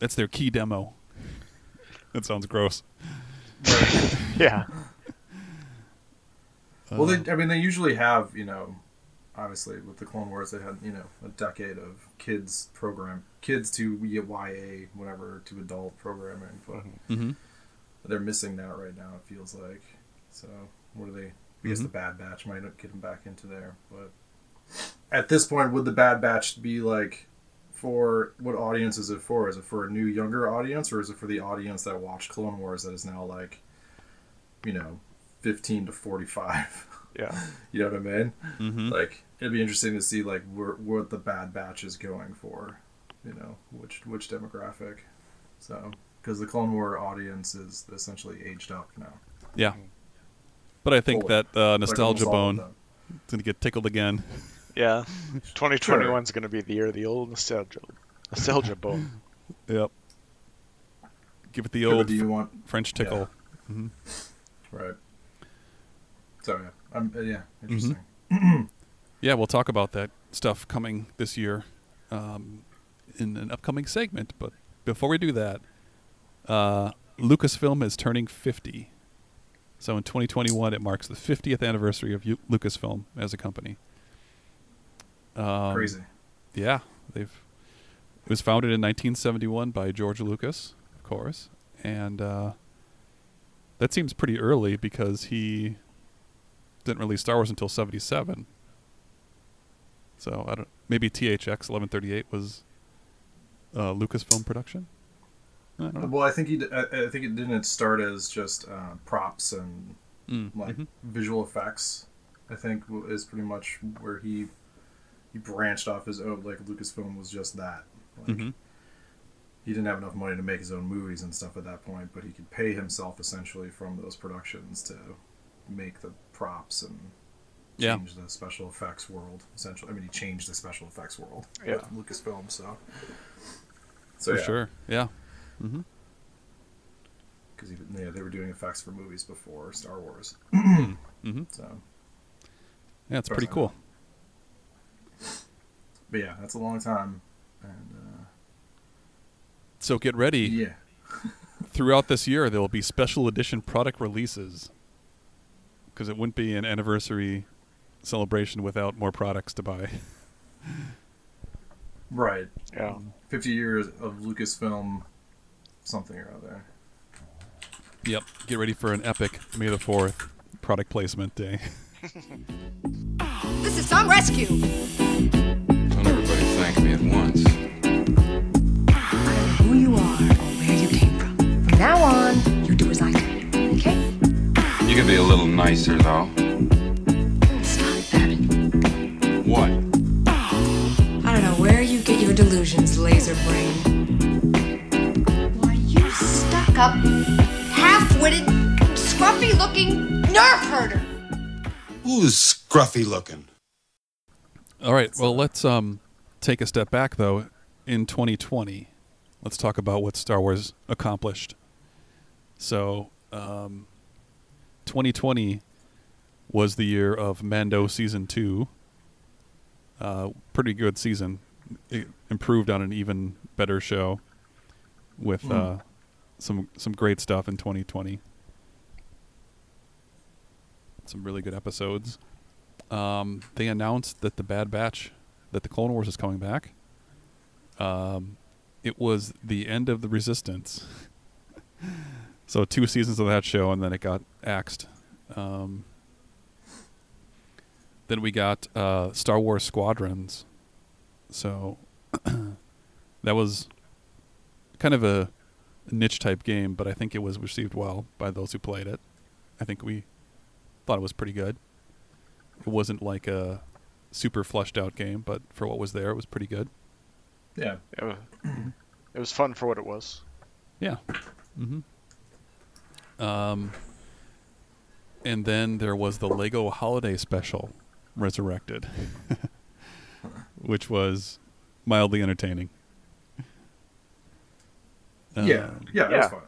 Speaker 1: That's their key demo. That sounds gross.
Speaker 3: Yeah.
Speaker 2: Well,
Speaker 1: Uh,
Speaker 2: they, I mean, they usually have, you know, obviously with the Clone Wars, they had, you know, a decade of kids program, kids to YA, whatever, to adult programming. But
Speaker 1: Mm-hmm.
Speaker 2: they're missing that right now. It feels like. So what are they? I guess
Speaker 1: Mhm.
Speaker 2: the Bad Batch might get them back into there, but at this point, would the Bad Batch be like for what audience is it for? Is it for a new younger audience, or is it for the audience that watched Clone Wars that is now like, you know, fifteen to forty-five?
Speaker 3: Yeah.
Speaker 2: you know what I mean?
Speaker 1: Mm-hmm.
Speaker 2: Like it'd be interesting to see like where, what the Bad Batch is going for, you know, which which demographic. So because the Clone War audience is essentially aged up now.
Speaker 1: Yeah. But I think
Speaker 2: Fully.
Speaker 1: that uh,
Speaker 2: Oh, Like,
Speaker 1: nostalgia
Speaker 2: almost all of
Speaker 1: bone
Speaker 2: them.
Speaker 1: is going to get tickled again.
Speaker 3: Yeah. 2021 is going to be the year of the old nostalgia, nostalgia bone.
Speaker 1: Yep. Give it the
Speaker 2: Who
Speaker 1: old
Speaker 2: do you want?
Speaker 1: French tickle.
Speaker 2: Right. So yeah, I'm, uh, yeah, interesting.
Speaker 1: Mm-hmm. Yeah, we'll talk about that stuff coming this year um, in an upcoming segment. But before we do that, uh, Lucasfilm is turning 50. So in 2021, it marks the 50th anniversary of U- Lucasfilm as a company. Um,
Speaker 2: Crazy.
Speaker 1: Yeah, they've. It was founded in 1971 by George Lucas, of course, and uh, that seems pretty early because he didn't release Star Wars until 77. So I don't. Maybe THX 1138 was uh, Lucasfilm production. I don't know.
Speaker 2: Well, I think he. d- I, I think it didn't start as just uh, props and
Speaker 1: Mm,
Speaker 2: like
Speaker 1: mhm.
Speaker 2: visual effects. I think w- is pretty much where he he branched off his own. Like Lucasfilm was just that. Like,
Speaker 1: Mhm.
Speaker 2: He didn't have enough money to make his own movies and stuff at that point, but he could pay himself essentially from those productions to make the props and
Speaker 1: Yeah.
Speaker 2: change the special effects world. Essentially, I mean, he changed the special effects world
Speaker 3: Yeah.
Speaker 2: with Lucasfilm. So, so
Speaker 1: For
Speaker 2: yeah,
Speaker 1: sure. Yeah. hmm
Speaker 2: because yeah, they were doing effects for movies before Star Wars.
Speaker 1: hmm
Speaker 2: So,
Speaker 1: Yeah, it's pretty
Speaker 2: Personally.
Speaker 1: cool.
Speaker 2: but yeah, that's a long time, and uh,
Speaker 1: So get ready.
Speaker 2: yeah,
Speaker 1: throughout this year there will be special edition product releases because it wouldn't be an anniversary celebration without more products to buy
Speaker 2: right.
Speaker 3: Yeah.
Speaker 2: 50 years of Lucasfilm something or other.
Speaker 1: yep get ready for an epic may the 4th product placement day
Speaker 4: This is Song Rescue.
Speaker 5: Don't everybody thank me at once.
Speaker 4: Who you are or where you came from. From now on, you do as I say. Okay?
Speaker 5: You could be a little nicer, though.
Speaker 4: Stop that.
Speaker 5: What?
Speaker 4: I don't know where you get your delusions, laser brain. Why, you stuck up, half witted, scruffy looking nerve herder.
Speaker 6: Who's scruffy looking?
Speaker 1: all right well let's um take a step back though in 2020 let's talk about what star wars accomplished so um 2020 was the year of mando season 2 uh, pretty good season. It improved on an even better show with uh, some some great stuff in 2020. Some really good episodes. Um, they announced that the Bad Batch, that the Clone Wars is coming back. Um, it was the end of the Resistance. so two seasons of that show, and then it got axed. Um, then we got uh, Star Wars Squadrons. So that was kind of a niche type game, but I think it was received well by those who played it. I think we thought it was pretty good. It wasn't like a super fleshed out game, but for what was there, it was pretty good.
Speaker 2: Yeah.
Speaker 3: It was,
Speaker 2: Mm-hmm.
Speaker 3: it was fun for what it was.
Speaker 1: Yeah. Mm-hmm. Um, and then there was the Lego Holiday Special, Resurrected, which was mildly entertaining.
Speaker 2: yeah.
Speaker 1: Um,
Speaker 2: Yeah, that was
Speaker 3: yeah.
Speaker 2: fun.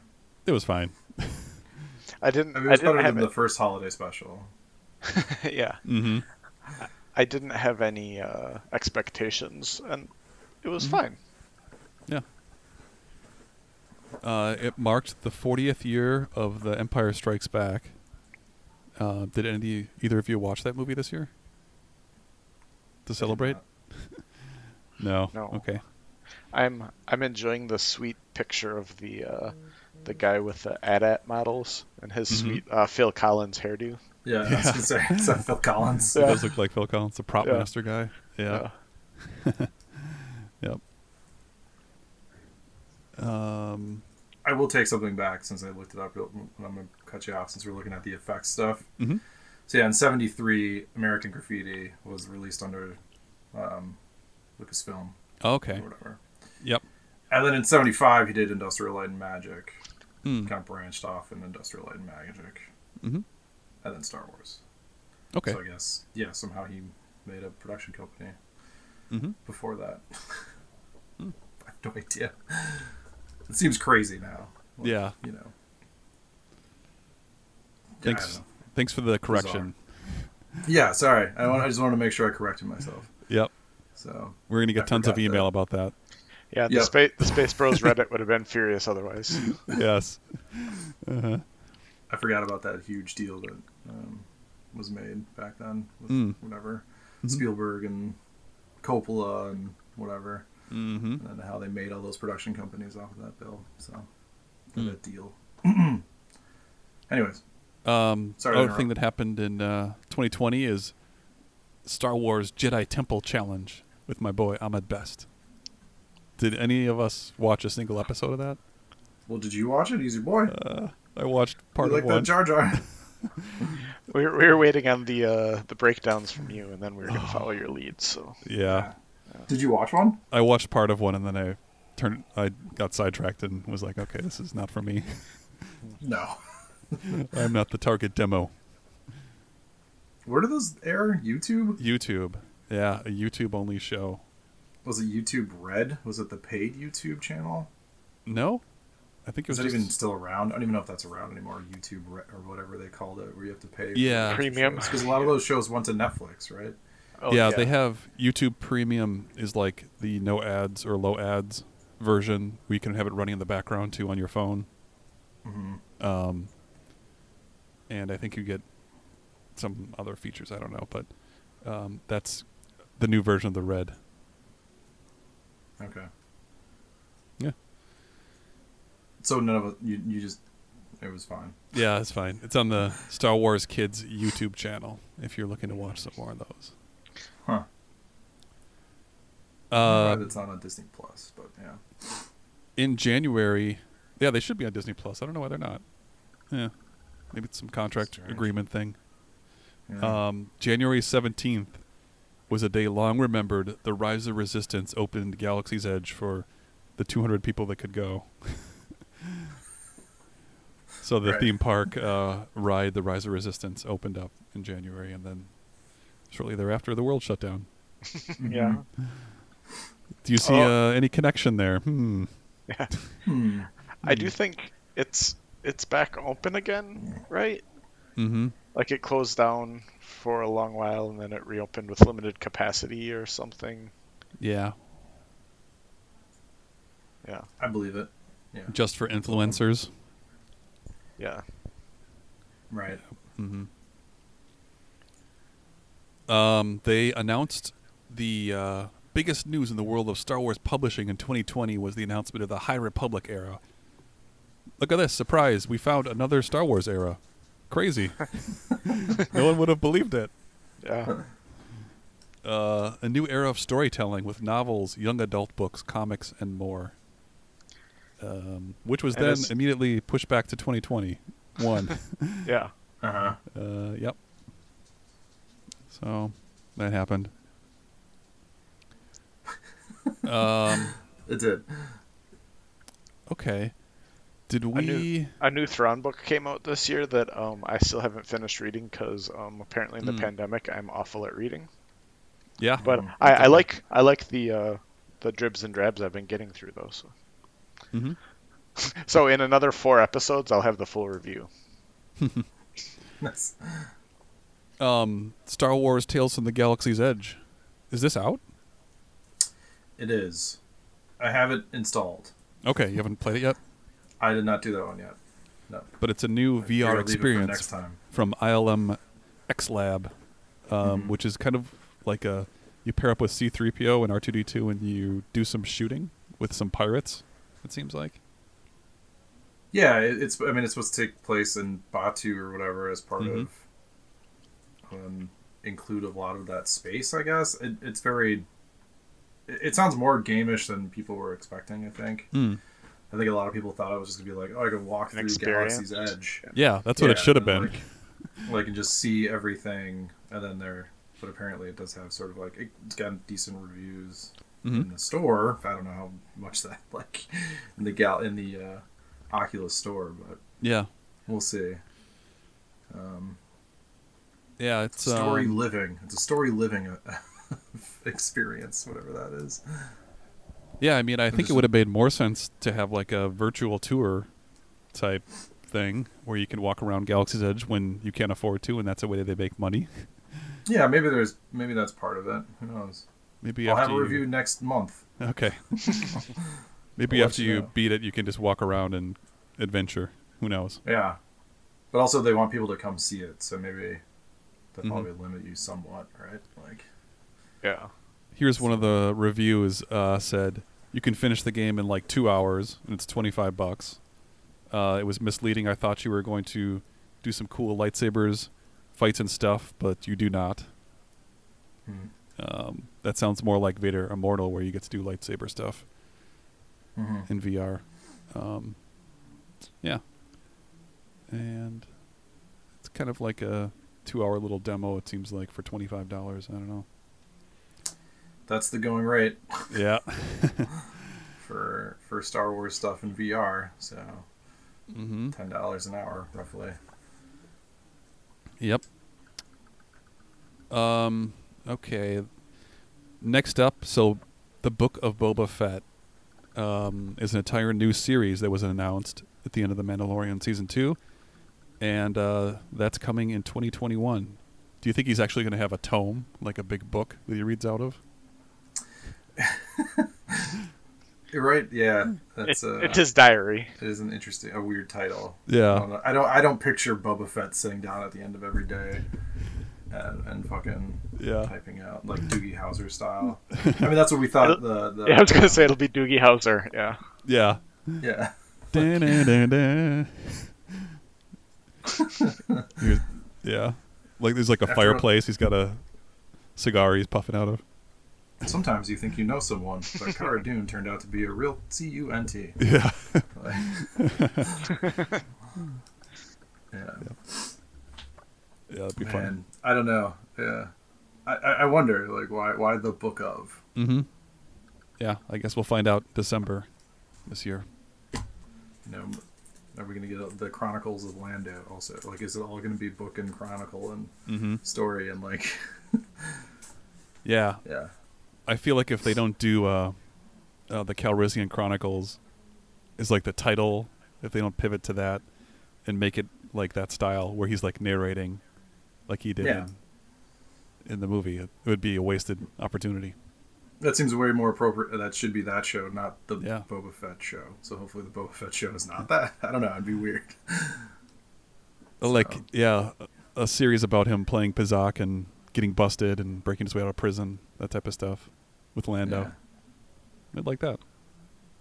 Speaker 1: it was fine.
Speaker 3: I didn't.
Speaker 2: I
Speaker 3: I,
Speaker 2: mean, it was
Speaker 3: didn't
Speaker 2: better
Speaker 3: have
Speaker 2: than the
Speaker 3: it.
Speaker 2: first holiday special.
Speaker 3: yeah.
Speaker 1: Mm-hmm.
Speaker 3: I didn't have any
Speaker 2: Mm-hmm.
Speaker 3: uh, expectations, and it was fine.
Speaker 1: Yeah. Uh, it marked the 40th year of The Empire Strikes Back. Uh, did any either of you watch that movie this year? To celebrate? No.
Speaker 3: No.
Speaker 1: Okay.
Speaker 3: I'm I'm enjoying the sweet picture of the uh, the guy with the AT-AT models and
Speaker 2: Mm-hmm.
Speaker 3: his sweet uh, Phil Collins hairdo.
Speaker 2: Yeah, I was gonna say it's not Phil Collins.
Speaker 1: It
Speaker 3: Yeah.
Speaker 1: does look like Phil Collins, the prop
Speaker 3: Yeah.
Speaker 1: master guy. Yeah.
Speaker 3: Uh,
Speaker 1: Yep. Um,
Speaker 2: I will take something back since I looked it up. real- I'm gonna cut you off since we're looking at the effects stuff.
Speaker 3: Mm-hmm.
Speaker 1: Mhm.
Speaker 2: So yeah, in '73, American Graffiti was released under um, Lucasfilm
Speaker 1: okay.
Speaker 2: or whatever.
Speaker 1: Yep.
Speaker 2: And then in '75, he did Industrial Light and Magic.
Speaker 1: Hmm.
Speaker 2: Kind of branched off in Industrial Light and Magic,
Speaker 3: Mm-hmm.
Speaker 1: Mhm.
Speaker 2: and then Star Wars.
Speaker 1: Okay.
Speaker 2: So I guess yeah, somehow he made a production company
Speaker 1: Mhm.
Speaker 2: before that.
Speaker 1: Hmm.
Speaker 2: I have no idea. It seems crazy now. Like,
Speaker 1: Yeah.
Speaker 2: You know.
Speaker 1: Thanks.
Speaker 2: Yeah, I don't
Speaker 1: Thanks for the correction.
Speaker 2: know. yeah sorry. I, want, I just wanted to make sure I corrected myself.
Speaker 1: Yep.
Speaker 2: So
Speaker 1: We're gonna get
Speaker 2: I
Speaker 1: tons of
Speaker 2: forgot
Speaker 1: email
Speaker 2: that.
Speaker 1: about that.
Speaker 3: Yeah, the
Speaker 2: Yeah.
Speaker 3: space the Space Bros Reddit would have been furious otherwise.
Speaker 1: yes.
Speaker 2: I forgot about that huge deal that um, was made back then with
Speaker 1: Mm.
Speaker 2: whatever Spielberg and Coppola and whatever,
Speaker 1: Mm-hmm.
Speaker 2: and then how they made all those production companies off of that bill. So or that deal. Anyways,
Speaker 1: Um,
Speaker 2: Sorry to
Speaker 1: other thing
Speaker 2: interrupt.
Speaker 1: that happened in uh, 2020 is Star Wars Jedi Temple Challenge with my boy Ahmed Best. Did any of us watch a single episode of that?
Speaker 2: well, did you watch it? He's your boy.
Speaker 1: I watched part
Speaker 2: you like
Speaker 1: of one.
Speaker 2: that Jar Jar?
Speaker 3: We were, we were waiting on the uh, the breakdowns from you, and then we were gonna follow your lead. So
Speaker 1: yeah,
Speaker 2: Did you watch one?
Speaker 1: I watched part of one and then I turned. I got sidetracked and was like, okay, this is not for me.
Speaker 2: No.
Speaker 1: I'm not the target demo.
Speaker 2: Where do those air? YouTube?
Speaker 1: YouTube. Yeah, a YouTube only show.
Speaker 2: Was it YouTube Red? Was it the paid YouTube channel?
Speaker 1: No, I think it was
Speaker 2: Is that
Speaker 1: just
Speaker 2: even still around? I don't even know if that's around anymore. YouTube Red or whatever they called it, where you have to pay.
Speaker 1: Yeah.
Speaker 3: premium.
Speaker 2: Because a lot of those shows went to Netflix, right?
Speaker 3: Oh,
Speaker 1: yeah, they have YouTube Premium is like the no ads or low ads version. We can have it running in the background too on your phone. Um, and I think you get some other features. I don't know, but um, that's the new version of the red.
Speaker 2: Okay.
Speaker 1: Yeah,
Speaker 2: So none of it, you, you just, it was fine.
Speaker 1: yeah, it's fine. It's on the Star Wars Kids YouTube channel if you're looking to watch some more of those.
Speaker 2: Huh.
Speaker 1: Uh,
Speaker 2: it's not on Disney Plus, but yeah.
Speaker 1: in January. Yeah, they should be on Disney Plus. I don't know why they're not. Yeah, maybe it's some contract
Speaker 2: Strange.
Speaker 1: agreement thing.
Speaker 2: Yeah.
Speaker 1: Um, January seventeenth was a day long remembered. The Rise of Resistance opened Galaxy's Edge for the two hundred people that could go. so the
Speaker 2: Right.
Speaker 1: theme park uh, ride, the Rise of Resistance, opened up in January, and then shortly thereafter, the world shut down.
Speaker 3: yeah.
Speaker 1: Do you see
Speaker 3: Oh.
Speaker 1: uh, any connection there? Hmm.
Speaker 3: I do think it's it's back open again, right?
Speaker 1: Mm-hmm.
Speaker 3: Like it closed down for a long while, and then it reopened with limited capacity or something.
Speaker 1: Yeah,
Speaker 3: Yeah,
Speaker 2: I believe it.
Speaker 1: just for influencers.
Speaker 3: yeah.
Speaker 2: Right.
Speaker 1: Mm-hmm. Um, they announced the uh, biggest news in the world of Star Wars publishing in 2020 was the announcement of the High Republic era. Look at this surprise! We found another Star Wars era. Crazy. no one would have believed it.
Speaker 3: Yeah.
Speaker 1: Uh, a new era of storytelling with novels, young adult books, comics, and more. Um, which was
Speaker 3: And
Speaker 1: then
Speaker 3: it's-
Speaker 1: immediately pushed back to 2021.
Speaker 3: Yeah.
Speaker 2: Uh huh.
Speaker 1: Uh, yep. So that happened. um.
Speaker 2: It did.
Speaker 1: Okay. Did
Speaker 3: I knew-
Speaker 1: we?
Speaker 3: A new Thrawn book came out this year that um, I still haven't finished reading because um, apparently in the
Speaker 1: Mm.
Speaker 3: pandemic I'm awful at reading.
Speaker 1: Yeah.
Speaker 3: But I, I like I like the uh, the dribs and drabs I've been getting through those.
Speaker 1: Mhm.
Speaker 3: So in another four episodes I'll have the full review.
Speaker 2: That's,
Speaker 1: Um. Star Wars: Tales from the Galaxy's Edge. Is this out?
Speaker 2: it is. I have it installed.
Speaker 1: Okay, you haven't played it yet.
Speaker 2: I did not do that one yet. No.
Speaker 1: but it's a new
Speaker 2: I'll
Speaker 1: VR
Speaker 2: leave it for
Speaker 1: experience
Speaker 2: next time.
Speaker 1: from ILM X Lab,
Speaker 2: Mm-hmm.
Speaker 1: um, which is kind of like a you pair up with C3PO and R2D2 and you do some shooting with some pirates. It seems like
Speaker 2: Yeah, it, it's. I mean, it's supposed to take place in Batu or whatever as part
Speaker 1: Mhm.
Speaker 2: of. Um, include a lot of that space, I guess. It, it's very. It, it sounds more gamish than people were expecting. I think.
Speaker 1: Hmm.
Speaker 2: I think a lot of people thought it was just gonna be like, oh, I could walk
Speaker 3: An
Speaker 2: through
Speaker 3: experience.
Speaker 2: Galaxy's Edge.
Speaker 1: yeah, that's what it
Speaker 2: Yeah,
Speaker 1: should have
Speaker 2: and,
Speaker 1: been.
Speaker 2: Like, like and just see everything, and then there. But apparently, it does have sort of like it's gotten decent reviews
Speaker 1: Mhm.
Speaker 2: in the store. I don't know how much that like in the gal in the uh, Oculus store, but
Speaker 1: yeah,
Speaker 2: we'll see.
Speaker 1: yeah, it's
Speaker 2: story
Speaker 1: um,
Speaker 2: living. It's a story living uh, experience, whatever that is.
Speaker 1: Yeah, I mean, I think it
Speaker 2: just-
Speaker 1: would have made more sense to have like a virtual tour type thing where you can walk around Galaxy's Edge when you can't afford to, and that's a way that they make money.
Speaker 2: Yeah, maybe there's maybe that's part of it. Who knows?
Speaker 1: Maybe
Speaker 2: I'll have
Speaker 1: after
Speaker 2: a
Speaker 1: you,
Speaker 2: review next month.
Speaker 1: Okay. Maybe
Speaker 2: I'll let
Speaker 1: after
Speaker 2: you
Speaker 1: you
Speaker 2: know.
Speaker 1: beat it, you can just walk around and adventure. Who knows?
Speaker 2: Yeah, but also they want people to come see it, so maybe that
Speaker 1: Mm-hmm.
Speaker 2: probably limit you somewhat, right? Like,
Speaker 3: Yeah.
Speaker 1: Here's one of the reviews uh, said you can finish the game in like two hours, and it's 25 bucks. Uh, it was misleading. I thought you were going to do some cool lightsabers, fights, and stuff, but you do not.
Speaker 2: Hmm.
Speaker 1: Um, that sounds more like Vader Immortal, where you get to do lightsaber stuff
Speaker 2: Mhm.
Speaker 1: in VR. Um, yeah, and it's kind of like a two-hour little demo. It seems like for twenty-five dollars. I don't know.
Speaker 2: that's the going rate
Speaker 1: Yeah,
Speaker 2: for for Star Wars stuff in VR. So
Speaker 1: mm-hmm.
Speaker 2: ten dollars an hour, roughly.
Speaker 1: yep. Um, okay. Next up, so the Book of Boba Fett um, is an entire new series that was announced at the end of the Mandalorian season two, and uh, that's coming in 2021. Do you think he's actually going to have a tome, like a big book that he reads out of?
Speaker 2: You're right. Yeah, that's
Speaker 3: It-
Speaker 2: uh,
Speaker 3: it's his diary.
Speaker 2: It is an interesting, a weird title.
Speaker 1: Yeah.
Speaker 2: I don't, know. I don't. I don't picture Boba Fett sitting down at the end of every day and, and fucking
Speaker 1: Yeah.
Speaker 2: typing out like Doogie Howser style. I mean, that's what we thought. The, the
Speaker 3: Yeah, I was gonna say it'll be Doogie Howser. Yeah.
Speaker 1: Yeah.
Speaker 2: yeah.
Speaker 1: Dun-dun-dun-dun. Here's- yeah. Like there's like a
Speaker 2: After-
Speaker 1: fireplace. He's got a cigar he's puffing out of.
Speaker 2: Sometimes you think you know someone, but Cara Dune turned out to be a real C U N T.
Speaker 1: Yeah.
Speaker 2: Like- yeah,
Speaker 1: yeah, that'd be fun.
Speaker 2: man. I don't know. Yeah, I, I I wonder like why why the book of
Speaker 1: Mm-hmm. Yeah, I guess we'll find out December this year.
Speaker 2: you know. Are we gonna get the Chronicles of Lando also? Like, is it all gonna be book and chronicle and
Speaker 1: Mm-hmm.
Speaker 2: story and like
Speaker 1: Yeah.
Speaker 2: yeah
Speaker 1: I feel like if they don't do uh, uh, the Calrissian Chronicles is like the title, if they don't pivot to that and make it like that style where he's like narrating, like he did
Speaker 2: Yeah.
Speaker 1: in, in the movie, it would be a wasted opportunity.
Speaker 2: that seems way more appropriate that should be that show not the
Speaker 1: Yeah.
Speaker 2: boba fett show so hopefully the boba fett show is not that i don't know it'd be weird
Speaker 1: Like,
Speaker 2: So-
Speaker 1: yeah, a series about him playing Pizak and getting busted and breaking his way out of prison, that type of stuff with Lando.
Speaker 2: Yeah.
Speaker 1: I'd like that.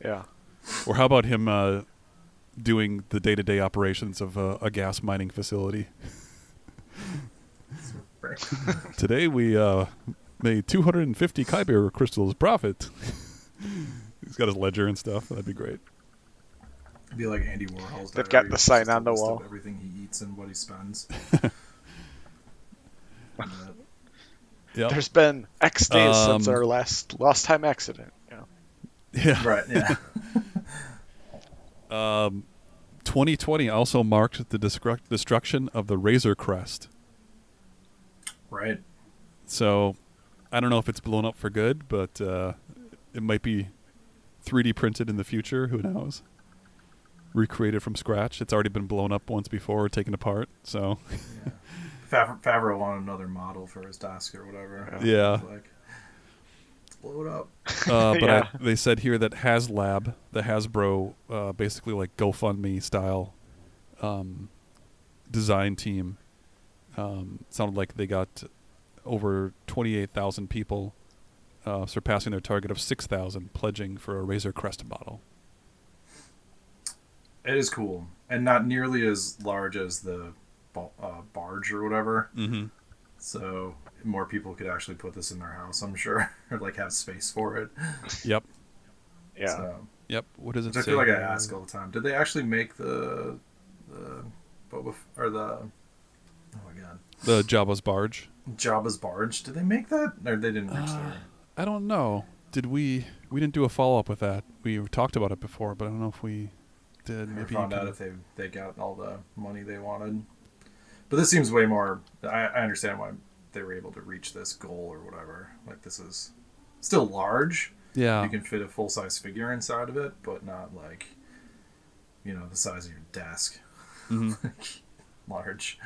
Speaker 3: Yeah.
Speaker 1: Or how about him uh, doing the day to day operations of uh, a gas mining facility?
Speaker 2: right
Speaker 1: Today we uh, made 250 Kyber crystals profit. He's got his ledger and stuff. That'd be great.
Speaker 2: it'd be like andy warhol's
Speaker 3: They've
Speaker 2: diary,
Speaker 3: got the
Speaker 2: which is
Speaker 3: sign
Speaker 2: just a
Speaker 3: on the
Speaker 2: list of
Speaker 3: wall.
Speaker 2: everything he eats and what he spends And that-
Speaker 1: Yeah.
Speaker 3: There's been X days since
Speaker 1: Oh. Um,
Speaker 3: our last lost time accident. Yeah.
Speaker 1: yeah.
Speaker 2: right yeah
Speaker 1: 2020 also marked the destruct- destruction of the Razor Crest.
Speaker 2: right
Speaker 1: So I don't know if it's blown up for good, but uh, it might be 3D printed in the future. Who knows? Recreated from scratch. It's already been blown up once before, taken apart. So
Speaker 2: Fav- favreau wanted another model for his desk or whatever
Speaker 1: Yeah.
Speaker 2: like explode up.
Speaker 1: Uh, but
Speaker 3: Yeah.
Speaker 1: I, they said here that HasLab, the Hasbro, uh, basically like GoFundMe style um, design team, um, sounded like they got over 28,000 people, uh, surpassing their target of 6,000, pledging for a Razor Crest model.
Speaker 2: It is cool, and not nearly as large as the ba- uh, barge or whatever.
Speaker 1: Mm-hmm.
Speaker 2: So more people could actually put this in their house, I'm sure, or like have space for it.
Speaker 1: Yep.
Speaker 3: Yeah.
Speaker 2: So,
Speaker 1: Yep. What does it
Speaker 2: which I
Speaker 1: say?
Speaker 2: feel like I ask all the time. Did they actually make the the Boba F- or the oh my god
Speaker 1: The Jabba's barge.
Speaker 2: Jabba's barge? Did they make that? Or they didn't reach there.
Speaker 1: I don't know. Did we? We didn't do a follow up with that. We talked about it before, but I don't know if we did.
Speaker 2: Maybe
Speaker 1: Maybe you
Speaker 2: found out
Speaker 1: can-
Speaker 2: if they they got all the money they wanted. But this seems way more. I, I understand why they were able to reach this goal or whatever. Like this is still large.
Speaker 1: yeah.
Speaker 2: You can fit a full size figure inside of it, but not like you know the size of your desk. large.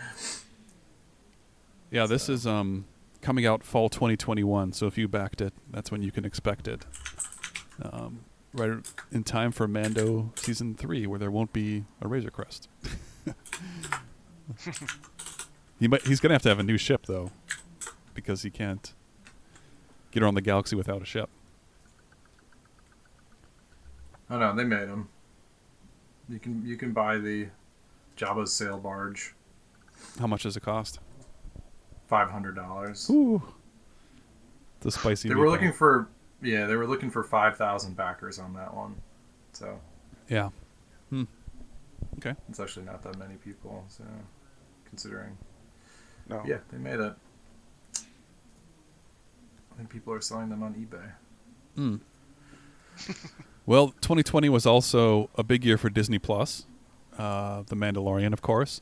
Speaker 1: Yeah, this is um coming out fall 2021. So if you backed it, that's when you can expect it. Um, right in time for Mando season three, where there won't be a Razor Crest. he might. He's gonna have to have a new ship though, because he can't get around the galaxy without a ship.
Speaker 2: Oh no, they made them. You can you can buy the Jabba's sail barge,
Speaker 1: How much does it cost?
Speaker 2: five hundred dollars.
Speaker 1: Ooh, the spicy.
Speaker 2: They were
Speaker 1: meatball.
Speaker 2: looking for yeah, they were looking for five thousand backers on that one. So
Speaker 1: Yeah. Hmm. Okay.
Speaker 2: it's actually not that many people. So considering,
Speaker 3: No.
Speaker 2: yeah, they made it. I think people are selling them on eBay.
Speaker 1: Well, 2020 was also a big year for Disney Plus, uh, The Mandalorian, of course,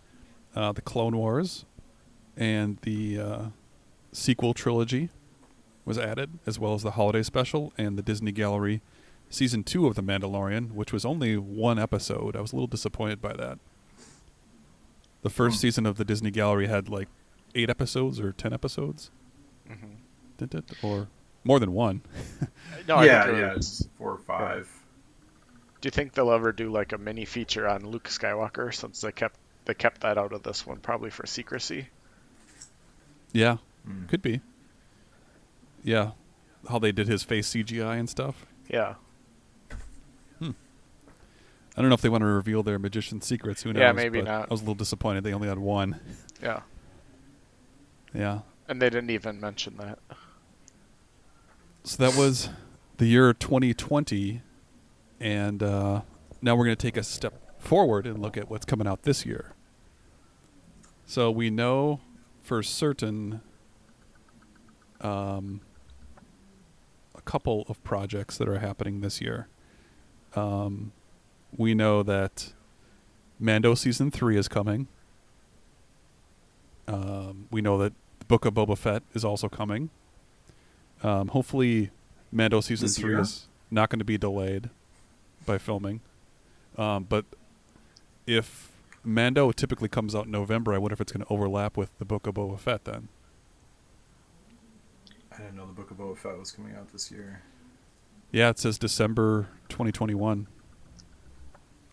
Speaker 1: uh, The Clone Wars, and the uh, sequel trilogy was added, as well as the holiday special and the Disney Gallery season two of The Mandalorian, which was only one episode. I was a little disappointed by that. The first season of the Disney Gallery had like eight episodes or ten episodes, did it? Or more than one.
Speaker 3: No, I
Speaker 2: yeah,
Speaker 3: think there
Speaker 2: uh, yeah,
Speaker 3: was-
Speaker 2: it's four or five.
Speaker 3: Do you think they'll ever do like a mini feature on Luke Skywalker since they kept they kept that out of this one probably for secrecy?
Speaker 1: Yeah,
Speaker 3: Mm.
Speaker 1: could be. Yeah, how they did his face CGI and stuff.
Speaker 3: Yeah.
Speaker 1: I don't know if they want to reveal their magician secrets. Who knows?
Speaker 3: Yeah, maybe
Speaker 1: but
Speaker 3: not.
Speaker 1: I was a little disappointed. They only had one.
Speaker 3: Yeah.
Speaker 1: Yeah.
Speaker 3: And they didn't even mention that.
Speaker 1: So that was the year 2020, and uh, now we're going to take a step forward and look at what's coming out this year. So we know for certain um, a couple of projects that are happening this year. Um, we know that Mando season three is coming. Um, we know that the Book of Boba Fett is also coming. Um, hopefully, Mando season
Speaker 2: This
Speaker 1: three
Speaker 2: year?
Speaker 1: is not going to be delayed by filming. Um, but if Mando typically comes out in November, I wonder if it's going to overlap with the Book of Boba Fett then.
Speaker 2: I didn't know the Book of Boba Fett was coming out this year.
Speaker 1: Yeah, it says December 2021.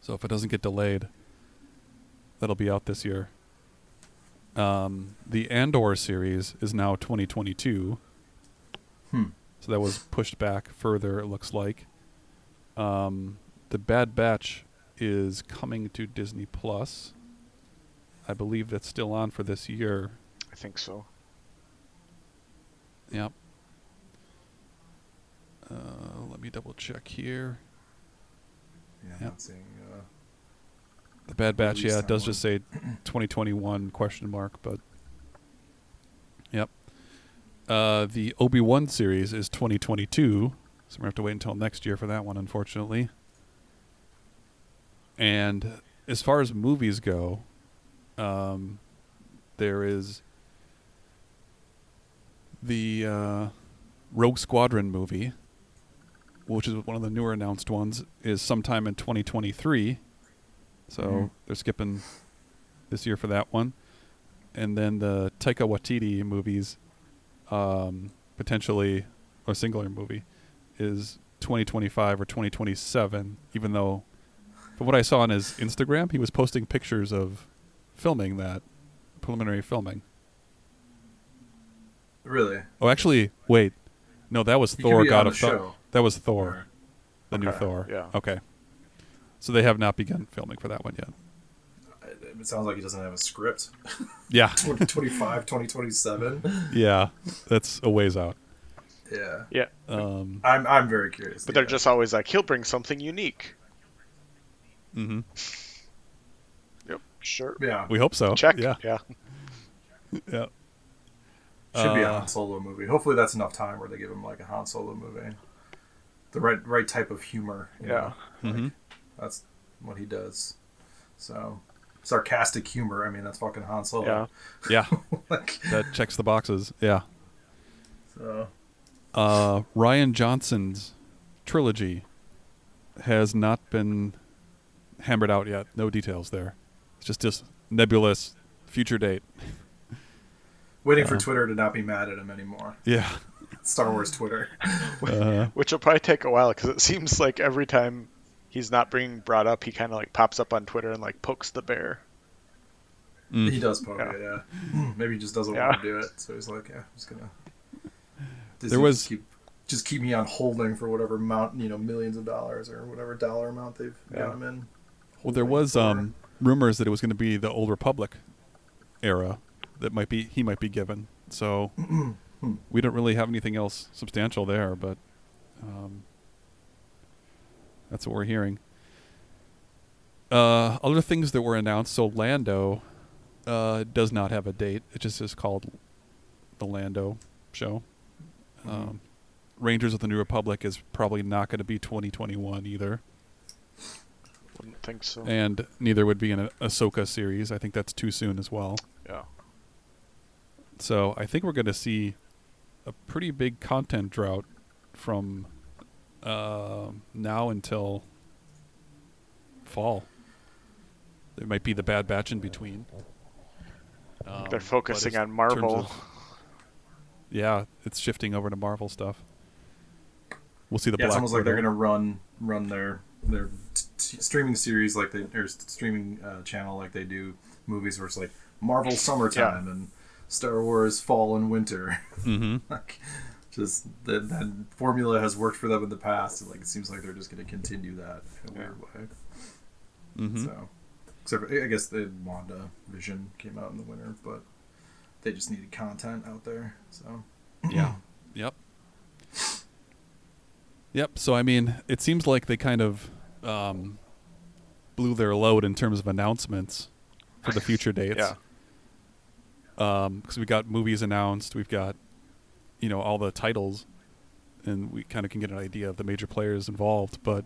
Speaker 1: So if it doesn't get delayed, that'll be out this year. Um, the Andor series is now 2022.
Speaker 2: Hmm.
Speaker 1: So that was pushed back further, it looks like. Um, the Bad Batch is coming to Disney Plus. I believe that's still on for this year.
Speaker 3: I think so.
Speaker 1: Yep. Uh, let me double check here.
Speaker 2: Yeah, I'm
Speaker 1: Yep.
Speaker 2: not seeing. Uh,
Speaker 1: The Bad Batch,
Speaker 2: release
Speaker 1: yeah, it
Speaker 2: that
Speaker 1: does
Speaker 2: one.
Speaker 1: just say 2021 question mark, but yep. Uh, the Obi wan series is 2022, so we have to wait until next year for that one, unfortunately. And as far as movies go, um, there is the uh, Rogue Squadron movie, which is one of the newer announced ones, is sometime in 2023. So
Speaker 2: Mhm.
Speaker 1: they're skipping this year for that one. And then the Taika Waititi movies, um, potentially or singular movie is 2025 or 2027, even though from what I saw on his Instagram, he was posting pictures of filming that preliminary filming.
Speaker 2: Really?
Speaker 1: Oh, actually, wait. No, that was
Speaker 2: He could
Speaker 1: Thor,
Speaker 2: be
Speaker 1: God
Speaker 2: on
Speaker 1: of
Speaker 2: the
Speaker 1: Thor.
Speaker 2: show.
Speaker 1: That was Thor, the new
Speaker 3: Okay,
Speaker 1: Thor.
Speaker 3: yeah.
Speaker 1: Okay. So they have not begun filming for that one yet.
Speaker 2: It sounds like he doesn't have a script.
Speaker 1: Yeah.
Speaker 2: 2025, 2027.
Speaker 1: yeah. That's a ways out.
Speaker 2: Yeah.
Speaker 3: Yeah,
Speaker 1: Um,
Speaker 2: I'm, I'm very curious.
Speaker 3: but they're
Speaker 2: Yeah.
Speaker 3: just always like, he'll bring something unique.
Speaker 1: mhm.
Speaker 3: Yep, sure.
Speaker 2: Yeah.
Speaker 1: We hope so.
Speaker 3: Check.
Speaker 1: Yeah.
Speaker 3: yeah.
Speaker 1: yeah.
Speaker 2: Should be a
Speaker 1: Uh,
Speaker 2: Han Solo movie. Hopefully, that's enough time where they give him like a Han Solo movie, the right right type of humor. you
Speaker 3: Yeah.
Speaker 2: know?
Speaker 1: Mhm.
Speaker 2: that's what he does. So sarcastic humor. I mean, that's fucking Han
Speaker 3: Yeah.
Speaker 2: Solo.
Speaker 1: Yeah.
Speaker 2: like,
Speaker 1: That checks the boxes. Yeah.
Speaker 2: so
Speaker 1: uh, Ryan Johnson's trilogy has not been hammered out yet. No details there. It's just this nebulous future date.
Speaker 2: waiting for Twitter to not be mad at him anymore.
Speaker 1: Yeah. Mm.
Speaker 2: Star Wars Twitter.
Speaker 1: Uh-huh.
Speaker 3: Which will probably take a while because it seems like every time he's not being brought up, he kind of like pops up on Twitter and like pokes the bear.
Speaker 1: Mm.
Speaker 2: he does poke
Speaker 3: Yeah.
Speaker 2: it. Yeah. Hmm, Maybe he just doesn't
Speaker 3: Yeah.
Speaker 2: want to do it. So he's like, yeah, I'm just gonna. Disney,
Speaker 1: There was-
Speaker 2: just keep, just keep me on holding for whatever amount, you know, millions of dollars or whatever dollar amount they've got him in.
Speaker 1: Well, there was um, rumors that it was going to be the Old Republic era that might be he might be given. So we don't really have anything else substantial there, but um, that's what we're hearing. Uh, other things that were announced. So Lando uh, does not have a date. It just is called the Lando show. Um, Rangers of the New Republic is probably not going to be 2021 either
Speaker 3: Wouldn't think so.
Speaker 1: and neither would be in an Ahsoka series. I think that's too soon as well.
Speaker 3: Yeah.
Speaker 1: So I think we're going to see a pretty big content drought from um now until fall. There might be the Bad Batch in between. Um, but
Speaker 3: They're focusing
Speaker 1: as-
Speaker 3: on
Speaker 1: in terms
Speaker 3: Marvel.
Speaker 1: of- yeah, it's shifting over to Marvel stuff. We'll see the
Speaker 2: yeah, it's
Speaker 1: Black
Speaker 2: almost like they're
Speaker 1: Widow.
Speaker 2: gonna run run their their t- t- streaming series like they or s- streaming uh, channel like they do movies where it's like Marvel summertime and Star Wars fall and winter.
Speaker 1: Mm-hmm,
Speaker 2: like, just that, that formula has worked for them in the past. And, like it seems like they're just gonna continue that in a weird way.
Speaker 1: mm-hmm.
Speaker 2: So, except for, I guess the Wanda Vision came out in the winter, but they just needed content out there. So
Speaker 1: Yeah. Yep. Yep. So I mean, it seems like they kind of um, blew their load in terms of announcements for the future dates.
Speaker 3: Yeah.
Speaker 1: Because we got movies announced, we've got you know all the titles, and we kind of can get an idea of the major players involved. But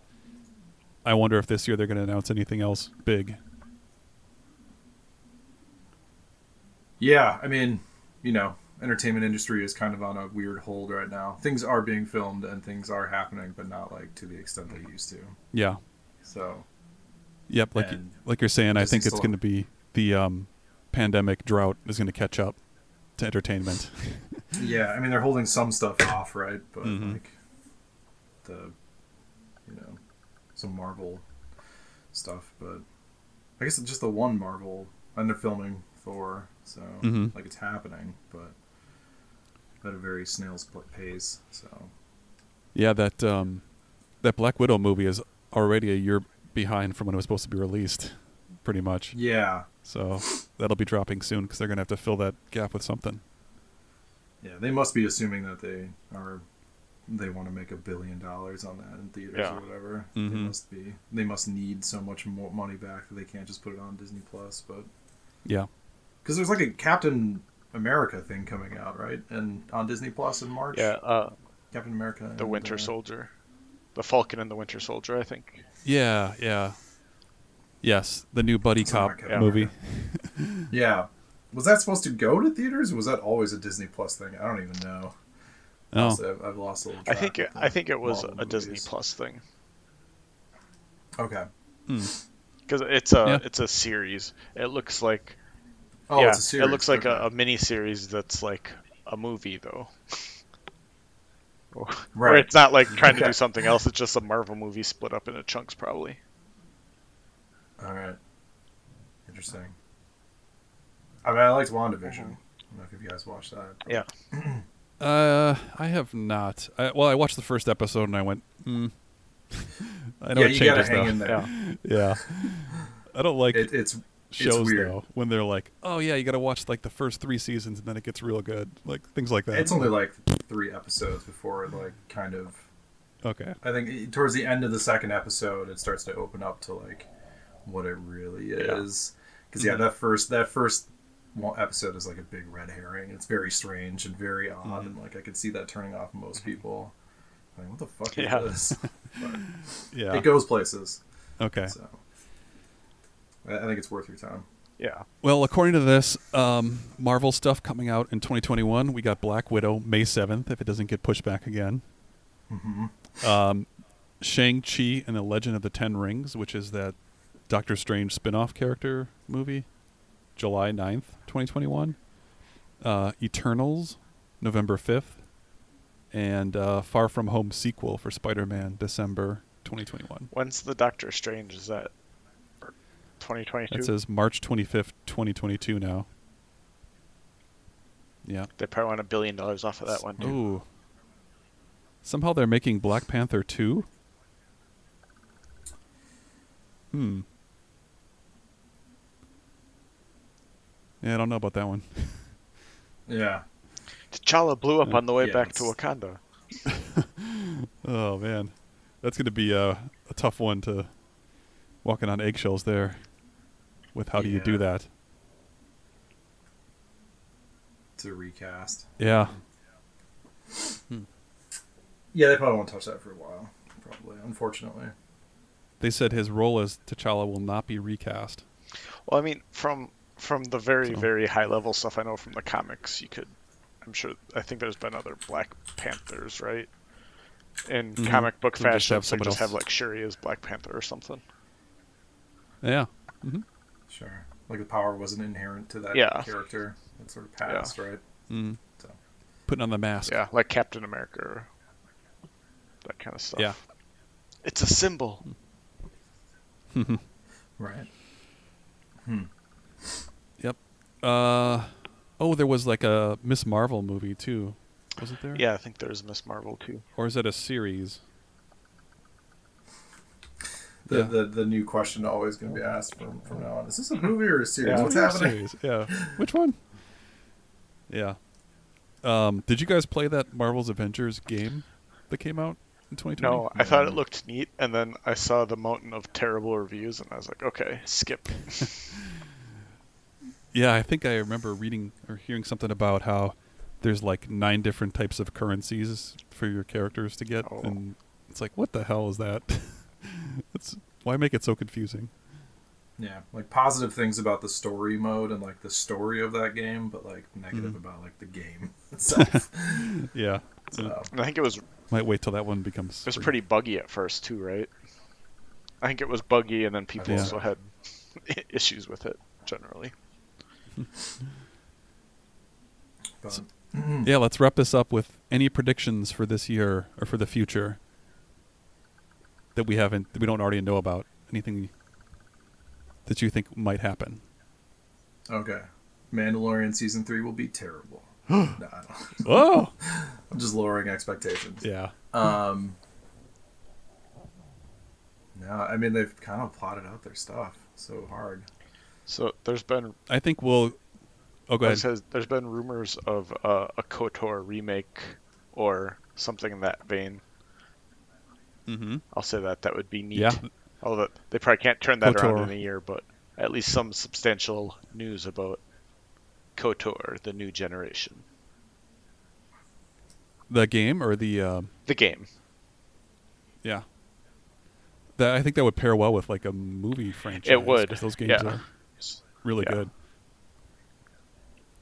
Speaker 1: I wonder if this year they're going to announce anything else big.
Speaker 2: Yeah, I mean, you know, entertainment industry is kind of on a weird hold right now. Things are being filmed and things are happening, but not like to the extent they used to.
Speaker 1: Yeah.
Speaker 2: So
Speaker 1: Yep. Like
Speaker 2: And
Speaker 1: like you're saying, I
Speaker 2: Disney
Speaker 1: think it's
Speaker 2: still-
Speaker 1: going to be the um, pandemic drought is going to catch up to entertainment.
Speaker 2: yeah, I mean they're holding some stuff off, right? But like the you know some Marvel stuff, but I guess it's just the one Marvel and they're filming Thor, so
Speaker 1: Mhm.
Speaker 2: like it's happening, but at a very snail's pace. So
Speaker 1: Yeah, that um, that Black Widow movie is already a year behind from when it was supposed to be released, pretty much.
Speaker 2: yeah,
Speaker 1: So that'll be dropping soon because they're gonna have to fill that gap with something.
Speaker 2: Yeah, they must be assuming that they are they want to make a billion dollars on that in theaters
Speaker 3: Yeah. Mm-hmm.
Speaker 2: or whatever. They
Speaker 1: Mhm.
Speaker 2: must be they must need so much more money back that they can't just put it on Disney Plus, but
Speaker 1: Yeah,
Speaker 2: cuz there's like a Captain America thing coming out, right? And on Disney Plus in March.
Speaker 3: Yeah. Uh,
Speaker 2: Captain America
Speaker 3: the
Speaker 2: and,
Speaker 3: Winter
Speaker 2: uh,
Speaker 3: Soldier. The Falcon and the Winter Soldier, I think.
Speaker 1: yeah, yeah. Yes, the new buddy
Speaker 2: not
Speaker 1: cop
Speaker 2: Captain
Speaker 1: movie.
Speaker 2: Yeah. Was that supposed to go to theaters? Or was that always a Disney Plus thing? I don't even know.
Speaker 1: Oh,
Speaker 2: So I've, I've lost a little
Speaker 3: I
Speaker 2: track
Speaker 3: think it,
Speaker 2: of the
Speaker 3: I think it was
Speaker 2: Marvel
Speaker 3: a Disney
Speaker 2: movies.
Speaker 3: Plus thing
Speaker 2: Okay.
Speaker 3: because it's a
Speaker 1: Yeah.
Speaker 3: it's a series. It looks like
Speaker 2: Oh,
Speaker 3: yeah,
Speaker 2: it's a series.
Speaker 3: it looks like
Speaker 2: okay.
Speaker 3: a, a mini series that's like a movie though. Where
Speaker 2: Right.
Speaker 3: it's not like trying to
Speaker 2: Okay.
Speaker 3: do something else. It's just a Marvel movie split up into chunks, probably.
Speaker 2: All right. Interesting. I mean, I liked WandaVision. I don't know if you guys watched that.
Speaker 1: Uh, I have not. I, well, I watched the first episode and I went, mm. I know
Speaker 2: yeah,
Speaker 1: it
Speaker 2: you gotta
Speaker 1: changes
Speaker 2: hang
Speaker 1: though.
Speaker 2: in there.
Speaker 1: Yeah, I don't like
Speaker 2: It, it's
Speaker 1: shows
Speaker 2: weird.
Speaker 1: though when they're like, oh yeah, you gotta watch like the first three seasons and then it gets real good, like things like that.
Speaker 2: it's only like three episodes before it like kind of.
Speaker 1: okay,
Speaker 2: I think towards the end of the second episode, it starts to open up to like what it really is. Because
Speaker 1: Mm-hmm.
Speaker 2: yeah. that first that first one episode is like a big red herring. It's very strange and very odd,
Speaker 1: Mm-hmm.
Speaker 2: and like I could see that turning off most people. Like, what the fuck
Speaker 3: Yeah.
Speaker 2: is this? But
Speaker 1: yeah,
Speaker 2: It goes places.
Speaker 1: okay.
Speaker 2: So I I think it's worth your time.
Speaker 3: Yeah.
Speaker 1: Well, according to this, um, Marvel stuff coming out in 2021, we got Black Widow May 7th, if it doesn't get pushed back again. Um, Shang-Chi and the Legend of the Ten Rings, which is that Doctor Strange spin off character movie, July 9th, 2021. Uh, Eternals, November 5th. And uh, Far From Home sequel for Spider Man, December 2021.
Speaker 3: When's the Doctor Strange? Is that
Speaker 1: That
Speaker 3: 2022?
Speaker 1: says March 25th, 2022 now. Yeah.
Speaker 3: They probably want a billion dollars off of that one, dude.
Speaker 1: Ooh. Somehow they're making Black Panther 2? Hmm. Yeah, I don't know about that one.
Speaker 2: Yeah.
Speaker 3: T'Challa blew up on the way
Speaker 2: yeah,
Speaker 3: back to
Speaker 2: it's-
Speaker 3: Wakanda.
Speaker 1: Oh, man. That's going to be uh, a tough one to walking on eggshells there with how do you do
Speaker 2: Yeah.
Speaker 1: that?
Speaker 2: To recast.
Speaker 1: Yeah.
Speaker 2: Yeah, they probably won't touch that for a while. Probably, unfortunately.
Speaker 1: They said his role as T'Challa will not be recast.
Speaker 3: Well, I mean, from from the very
Speaker 1: So-
Speaker 3: very high level stuff I know from the comics, you could. I'm sure. I think there's been other Black Panthers, right? In
Speaker 1: Mhm.
Speaker 3: comic book
Speaker 1: So just
Speaker 3: fashion,
Speaker 1: have
Speaker 3: so
Speaker 1: someone
Speaker 3: just
Speaker 1: else.
Speaker 3: have like Shuri as Black Panther or something.
Speaker 1: Yeah.
Speaker 2: Sure. Like the power wasn't inherent to that
Speaker 3: Yeah.
Speaker 2: character. That sort of passed, right?
Speaker 1: Mm.
Speaker 2: So.
Speaker 1: Putting on the mask.
Speaker 3: Yeah, like Captain America, or that kind of stuff.
Speaker 1: Yeah. Mm-hmm.
Speaker 3: It's a symbol.
Speaker 2: Right.
Speaker 1: Yep. Uh, oh, there was like a Miss Marvel movie too, wasn't there?
Speaker 3: Yeah, I think there's Miss Marvel too.
Speaker 1: Or is it a series?
Speaker 2: The,
Speaker 1: Yeah.
Speaker 2: the the new question always going to be asked from from now on: Is this a movie or a series?
Speaker 3: Yeah.
Speaker 2: What's
Speaker 1: Or a
Speaker 2: happening?
Speaker 1: Series. Yeah. Which one? Yeah. Um, did you guys play that Marvel's Avengers game that came out in 2020?
Speaker 3: No, I thought
Speaker 1: Mm-hmm.
Speaker 3: it looked neat, and then I saw the mountain of terrible reviews, and I was like, okay, skip.
Speaker 1: Yeah, I think I remember reading or hearing something about how there's like nine different types of currencies for your characters to get,
Speaker 3: Oh.
Speaker 1: and it's like, what the hell is that? it's why make it so confusing?
Speaker 2: Yeah, like positive things about the story mode and like the story of that game, but like negative about like the game itself. Um,
Speaker 1: Yeah.
Speaker 2: so,
Speaker 3: And I think it was it
Speaker 1: Might wait till that one becomes.
Speaker 3: Uh, was
Speaker 1: free.
Speaker 3: pretty buggy at first too, right? I think it was buggy, and then people
Speaker 1: Yeah.
Speaker 3: also had issues with it generally.
Speaker 2: but,
Speaker 1: Yeah, let's wrap this up with any predictions for this year or for the future that we haven't, that we don't already know about. Anything that you think might happen?
Speaker 2: okay, Mandalorian season three will be terrible. no, I don't.
Speaker 1: Oh,
Speaker 2: I'm just lowering expectations.
Speaker 1: yeah.
Speaker 2: Um, no, I mean they've kind of plotted out their stuff so hard.
Speaker 3: So there's been
Speaker 1: I think we'll. Oh, go
Speaker 3: like I
Speaker 1: ahead.
Speaker 3: said, there's been rumors of uh, a Kotor remake or something in that vein.
Speaker 1: Mm-hmm.
Speaker 3: I'll say that that would be neat.
Speaker 1: Yeah.
Speaker 3: Although they probably can't turn that
Speaker 1: KOTOR.
Speaker 3: around in a year, but at least some substantial news about Kotor, the new generation,
Speaker 1: The game or the um,
Speaker 3: the game.
Speaker 1: yeah. That I think that would pair well with like a movie franchise.
Speaker 3: would,
Speaker 1: 'cause Those games
Speaker 3: yeah.
Speaker 1: are really
Speaker 3: Yeah.
Speaker 1: good.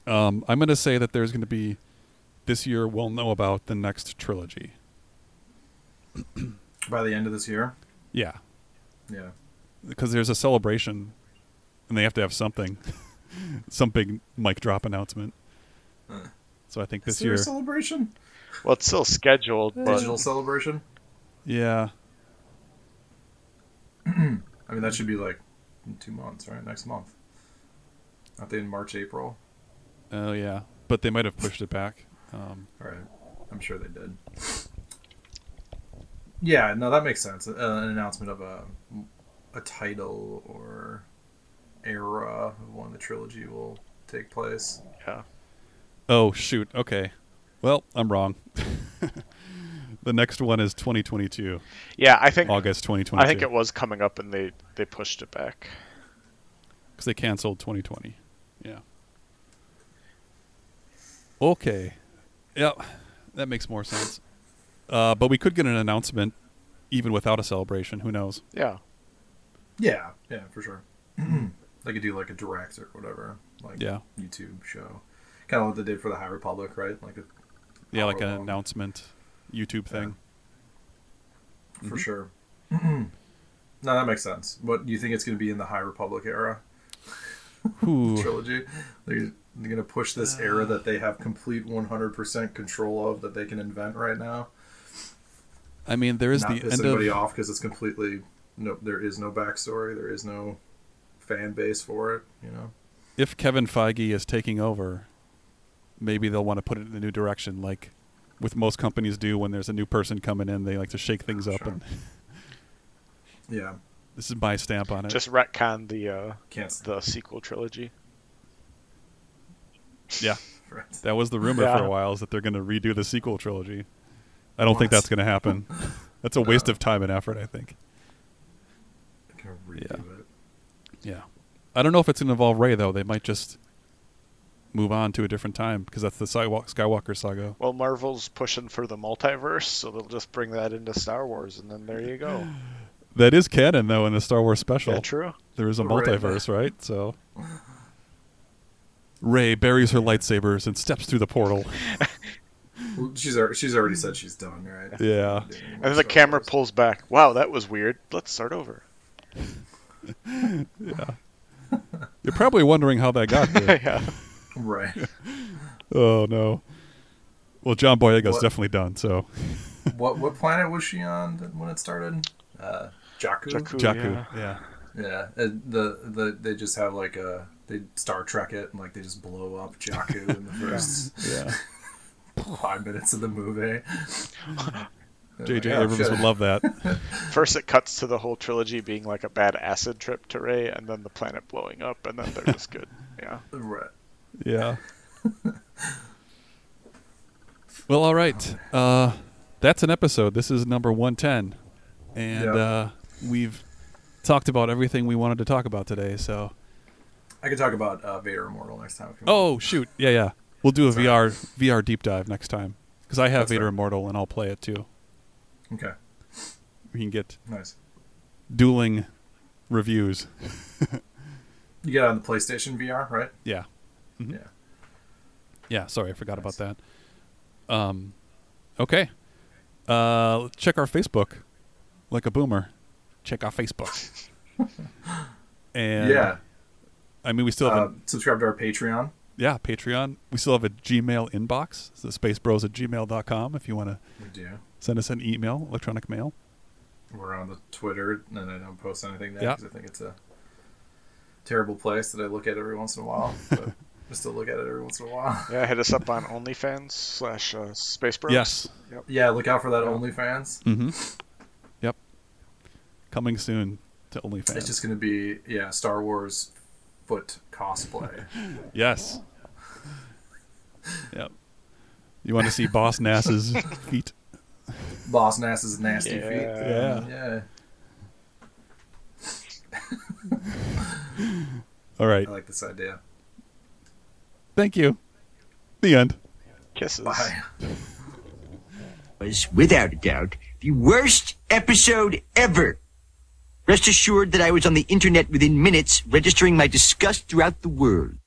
Speaker 1: Um, I'm going to say that there's going to be this year. We'll know about the next trilogy.
Speaker 2: By the end of this year,
Speaker 1: Yeah,
Speaker 2: yeah,
Speaker 1: because there's a celebration, and they have to have something, some big mic drop announcement. So I think this
Speaker 2: Is there
Speaker 1: year,
Speaker 2: a celebration?
Speaker 3: Well, it's still scheduled, but
Speaker 2: Digital celebration?
Speaker 1: yeah,
Speaker 2: I mean, that should be like in two months, right? Next month. Aren't they in March, April?
Speaker 1: oh yeah, but they might have pushed it back. Um,
Speaker 2: All right. I'm sure they did. Yeah, no, that makes sense. Uh, an announcement of a, a title or era of when the trilogy will take place.
Speaker 3: yeah.
Speaker 1: oh shoot, okay, well I'm wrong. the next one is 2022,
Speaker 3: yeah, I think
Speaker 1: August 2022.
Speaker 3: I think it was coming up, and they they pushed it back.
Speaker 1: because they canceled 2020. Yeah. Okay. Yep, that makes more sense. Uh, but we could get an announcement even without a celebration. Who knows?
Speaker 3: Yeah,
Speaker 2: Yeah, yeah, for sure. they could do like a direct or whatever, like
Speaker 1: Mm-hmm. Yeah.
Speaker 2: YouTube show, kind of what they did for the High Republic, right? Like a,
Speaker 1: Yeah, like an
Speaker 2: Follow along.
Speaker 1: announcement YouTube thing.
Speaker 2: for
Speaker 1: Mm-hmm.
Speaker 2: sure. no, that makes sense. What do you think it's going to be in the High Republic era
Speaker 1: Whew.
Speaker 2: trilogy? They're, they're going to push this era that they have complete 100% control of that they can invent right now.
Speaker 1: I mean, there is
Speaker 2: Not
Speaker 1: the
Speaker 2: piss
Speaker 1: end
Speaker 2: anybody
Speaker 1: of
Speaker 2: off because it's completely no. There is no backstory. There is no fan base for it. You know.
Speaker 1: if Kevin Feige is taking over, maybe they'll want to put it in a new direction, like with most companies do when there's a new person coming in. They like to shake things up,
Speaker 2: Sure.
Speaker 1: and
Speaker 2: Yeah.
Speaker 1: this is my stamp on it.
Speaker 3: just retcon the uh,
Speaker 2: Can't.
Speaker 3: the sequel trilogy.
Speaker 1: yeah.
Speaker 2: Right.
Speaker 1: That was the rumor for
Speaker 3: Yeah.
Speaker 1: a while is that they're going to redo the sequel trilogy. I don't think
Speaker 2: What?
Speaker 1: that's going to happen. That's a waste of time and effort, I think.
Speaker 2: Can redo
Speaker 1: Yeah.
Speaker 2: it.
Speaker 1: Yeah. I don't know if it's going to involve Ray though. They might just move on to a different time because that's the Skywalk Skywalker saga.
Speaker 3: Well, Marvel's pushing for the multiverse, so they'll just bring that into Star Wars, and then there you go.
Speaker 1: That is canon though in the Star Wars special.
Speaker 3: Yeah, true.
Speaker 1: There is a
Speaker 2: Right.
Speaker 1: multiverse, right? So Ray buries her lightsabers and steps through the portal.
Speaker 2: Well, she's al- she's already said she's done, right?
Speaker 1: Yeah.
Speaker 3: And then the camera pulls back. Wow, that was weird. Let's start over.
Speaker 1: You're probably wondering how that got there.
Speaker 3: yeah.
Speaker 2: Right.
Speaker 1: Oh no. Well, John Boyega's
Speaker 2: What?
Speaker 1: definitely done, so
Speaker 2: what what planet was she on th- when it started? Uh, Jakku.
Speaker 3: Jakku. Ooh,
Speaker 1: Jakku, yeah.
Speaker 2: Yeah. and the the they just have like a they Star Trek it and like they just blow up Jakku in the first
Speaker 1: Yeah.
Speaker 2: five minutes of the movie.
Speaker 1: JJ
Speaker 2: Yeah,
Speaker 1: Abrams
Speaker 2: sure.
Speaker 1: would love that.
Speaker 3: First, it cuts to the whole trilogy being like a bad acid trip to Ray, and then the planet blowing up, and then they're just good. Yeah.
Speaker 2: Right.
Speaker 1: Yeah. well, all right. Uh, that's an episode. This is number 110. And
Speaker 2: Yeah.
Speaker 1: uh, we've talked about everything we wanted to talk about today. So,
Speaker 2: I could talk about uh, Vader Immortal next time. if you want.
Speaker 1: oh, shoot. Yeah, yeah. We'll do a VR VR deep dive next time because I have
Speaker 2: That's
Speaker 1: Vader
Speaker 2: fair.
Speaker 1: Immortal and I'll play it too.
Speaker 2: Okay.
Speaker 1: We can get
Speaker 2: Nice.
Speaker 1: dueling reviews.
Speaker 2: You got it on the PlayStation VR, right?
Speaker 1: Yeah.
Speaker 2: Yeah.
Speaker 1: Yeah, sorry, I forgot
Speaker 2: Nice.
Speaker 1: about that. Um, okay. Uh, check our Facebook, like a boomer. Check our Facebook. and
Speaker 2: yeah.
Speaker 1: I mean, we still have
Speaker 2: Uh,
Speaker 1: a,
Speaker 2: subscribe to our Patreon.
Speaker 1: yeah Patreon. We still have a Gmail inbox, so spacebros at gmail.com if you want to
Speaker 2: We do.
Speaker 1: send us an email, electronic mail.
Speaker 2: We're on the Twitter, and I don't post anything there
Speaker 1: Yeah.
Speaker 2: because I think it's a terrible place that I look at every once in a while. But I still look at it every once in a while.
Speaker 3: Yeah, hit us up on OnlyFans slash uh, Space Bros.
Speaker 1: Yes.
Speaker 3: Yep.
Speaker 2: Yeah, look out for that OnlyFans.
Speaker 1: Mm-hmm. Yep. Coming soon to OnlyFans.
Speaker 2: It's just going to be yeah, Star Wars foot cosplay.
Speaker 1: Yes. yep. You want to see Boss Nass's feet?
Speaker 2: Boss Nass's nasty feet.
Speaker 3: Yeah.
Speaker 2: Yeah,
Speaker 1: All right.
Speaker 2: I like this idea.
Speaker 1: Thank you. The end.
Speaker 3: Kisses.
Speaker 2: Bye.
Speaker 7: was, without a doubt, the worst episode ever. Rest assured that I was on the internet within minutes, registering my disgust throughout the world.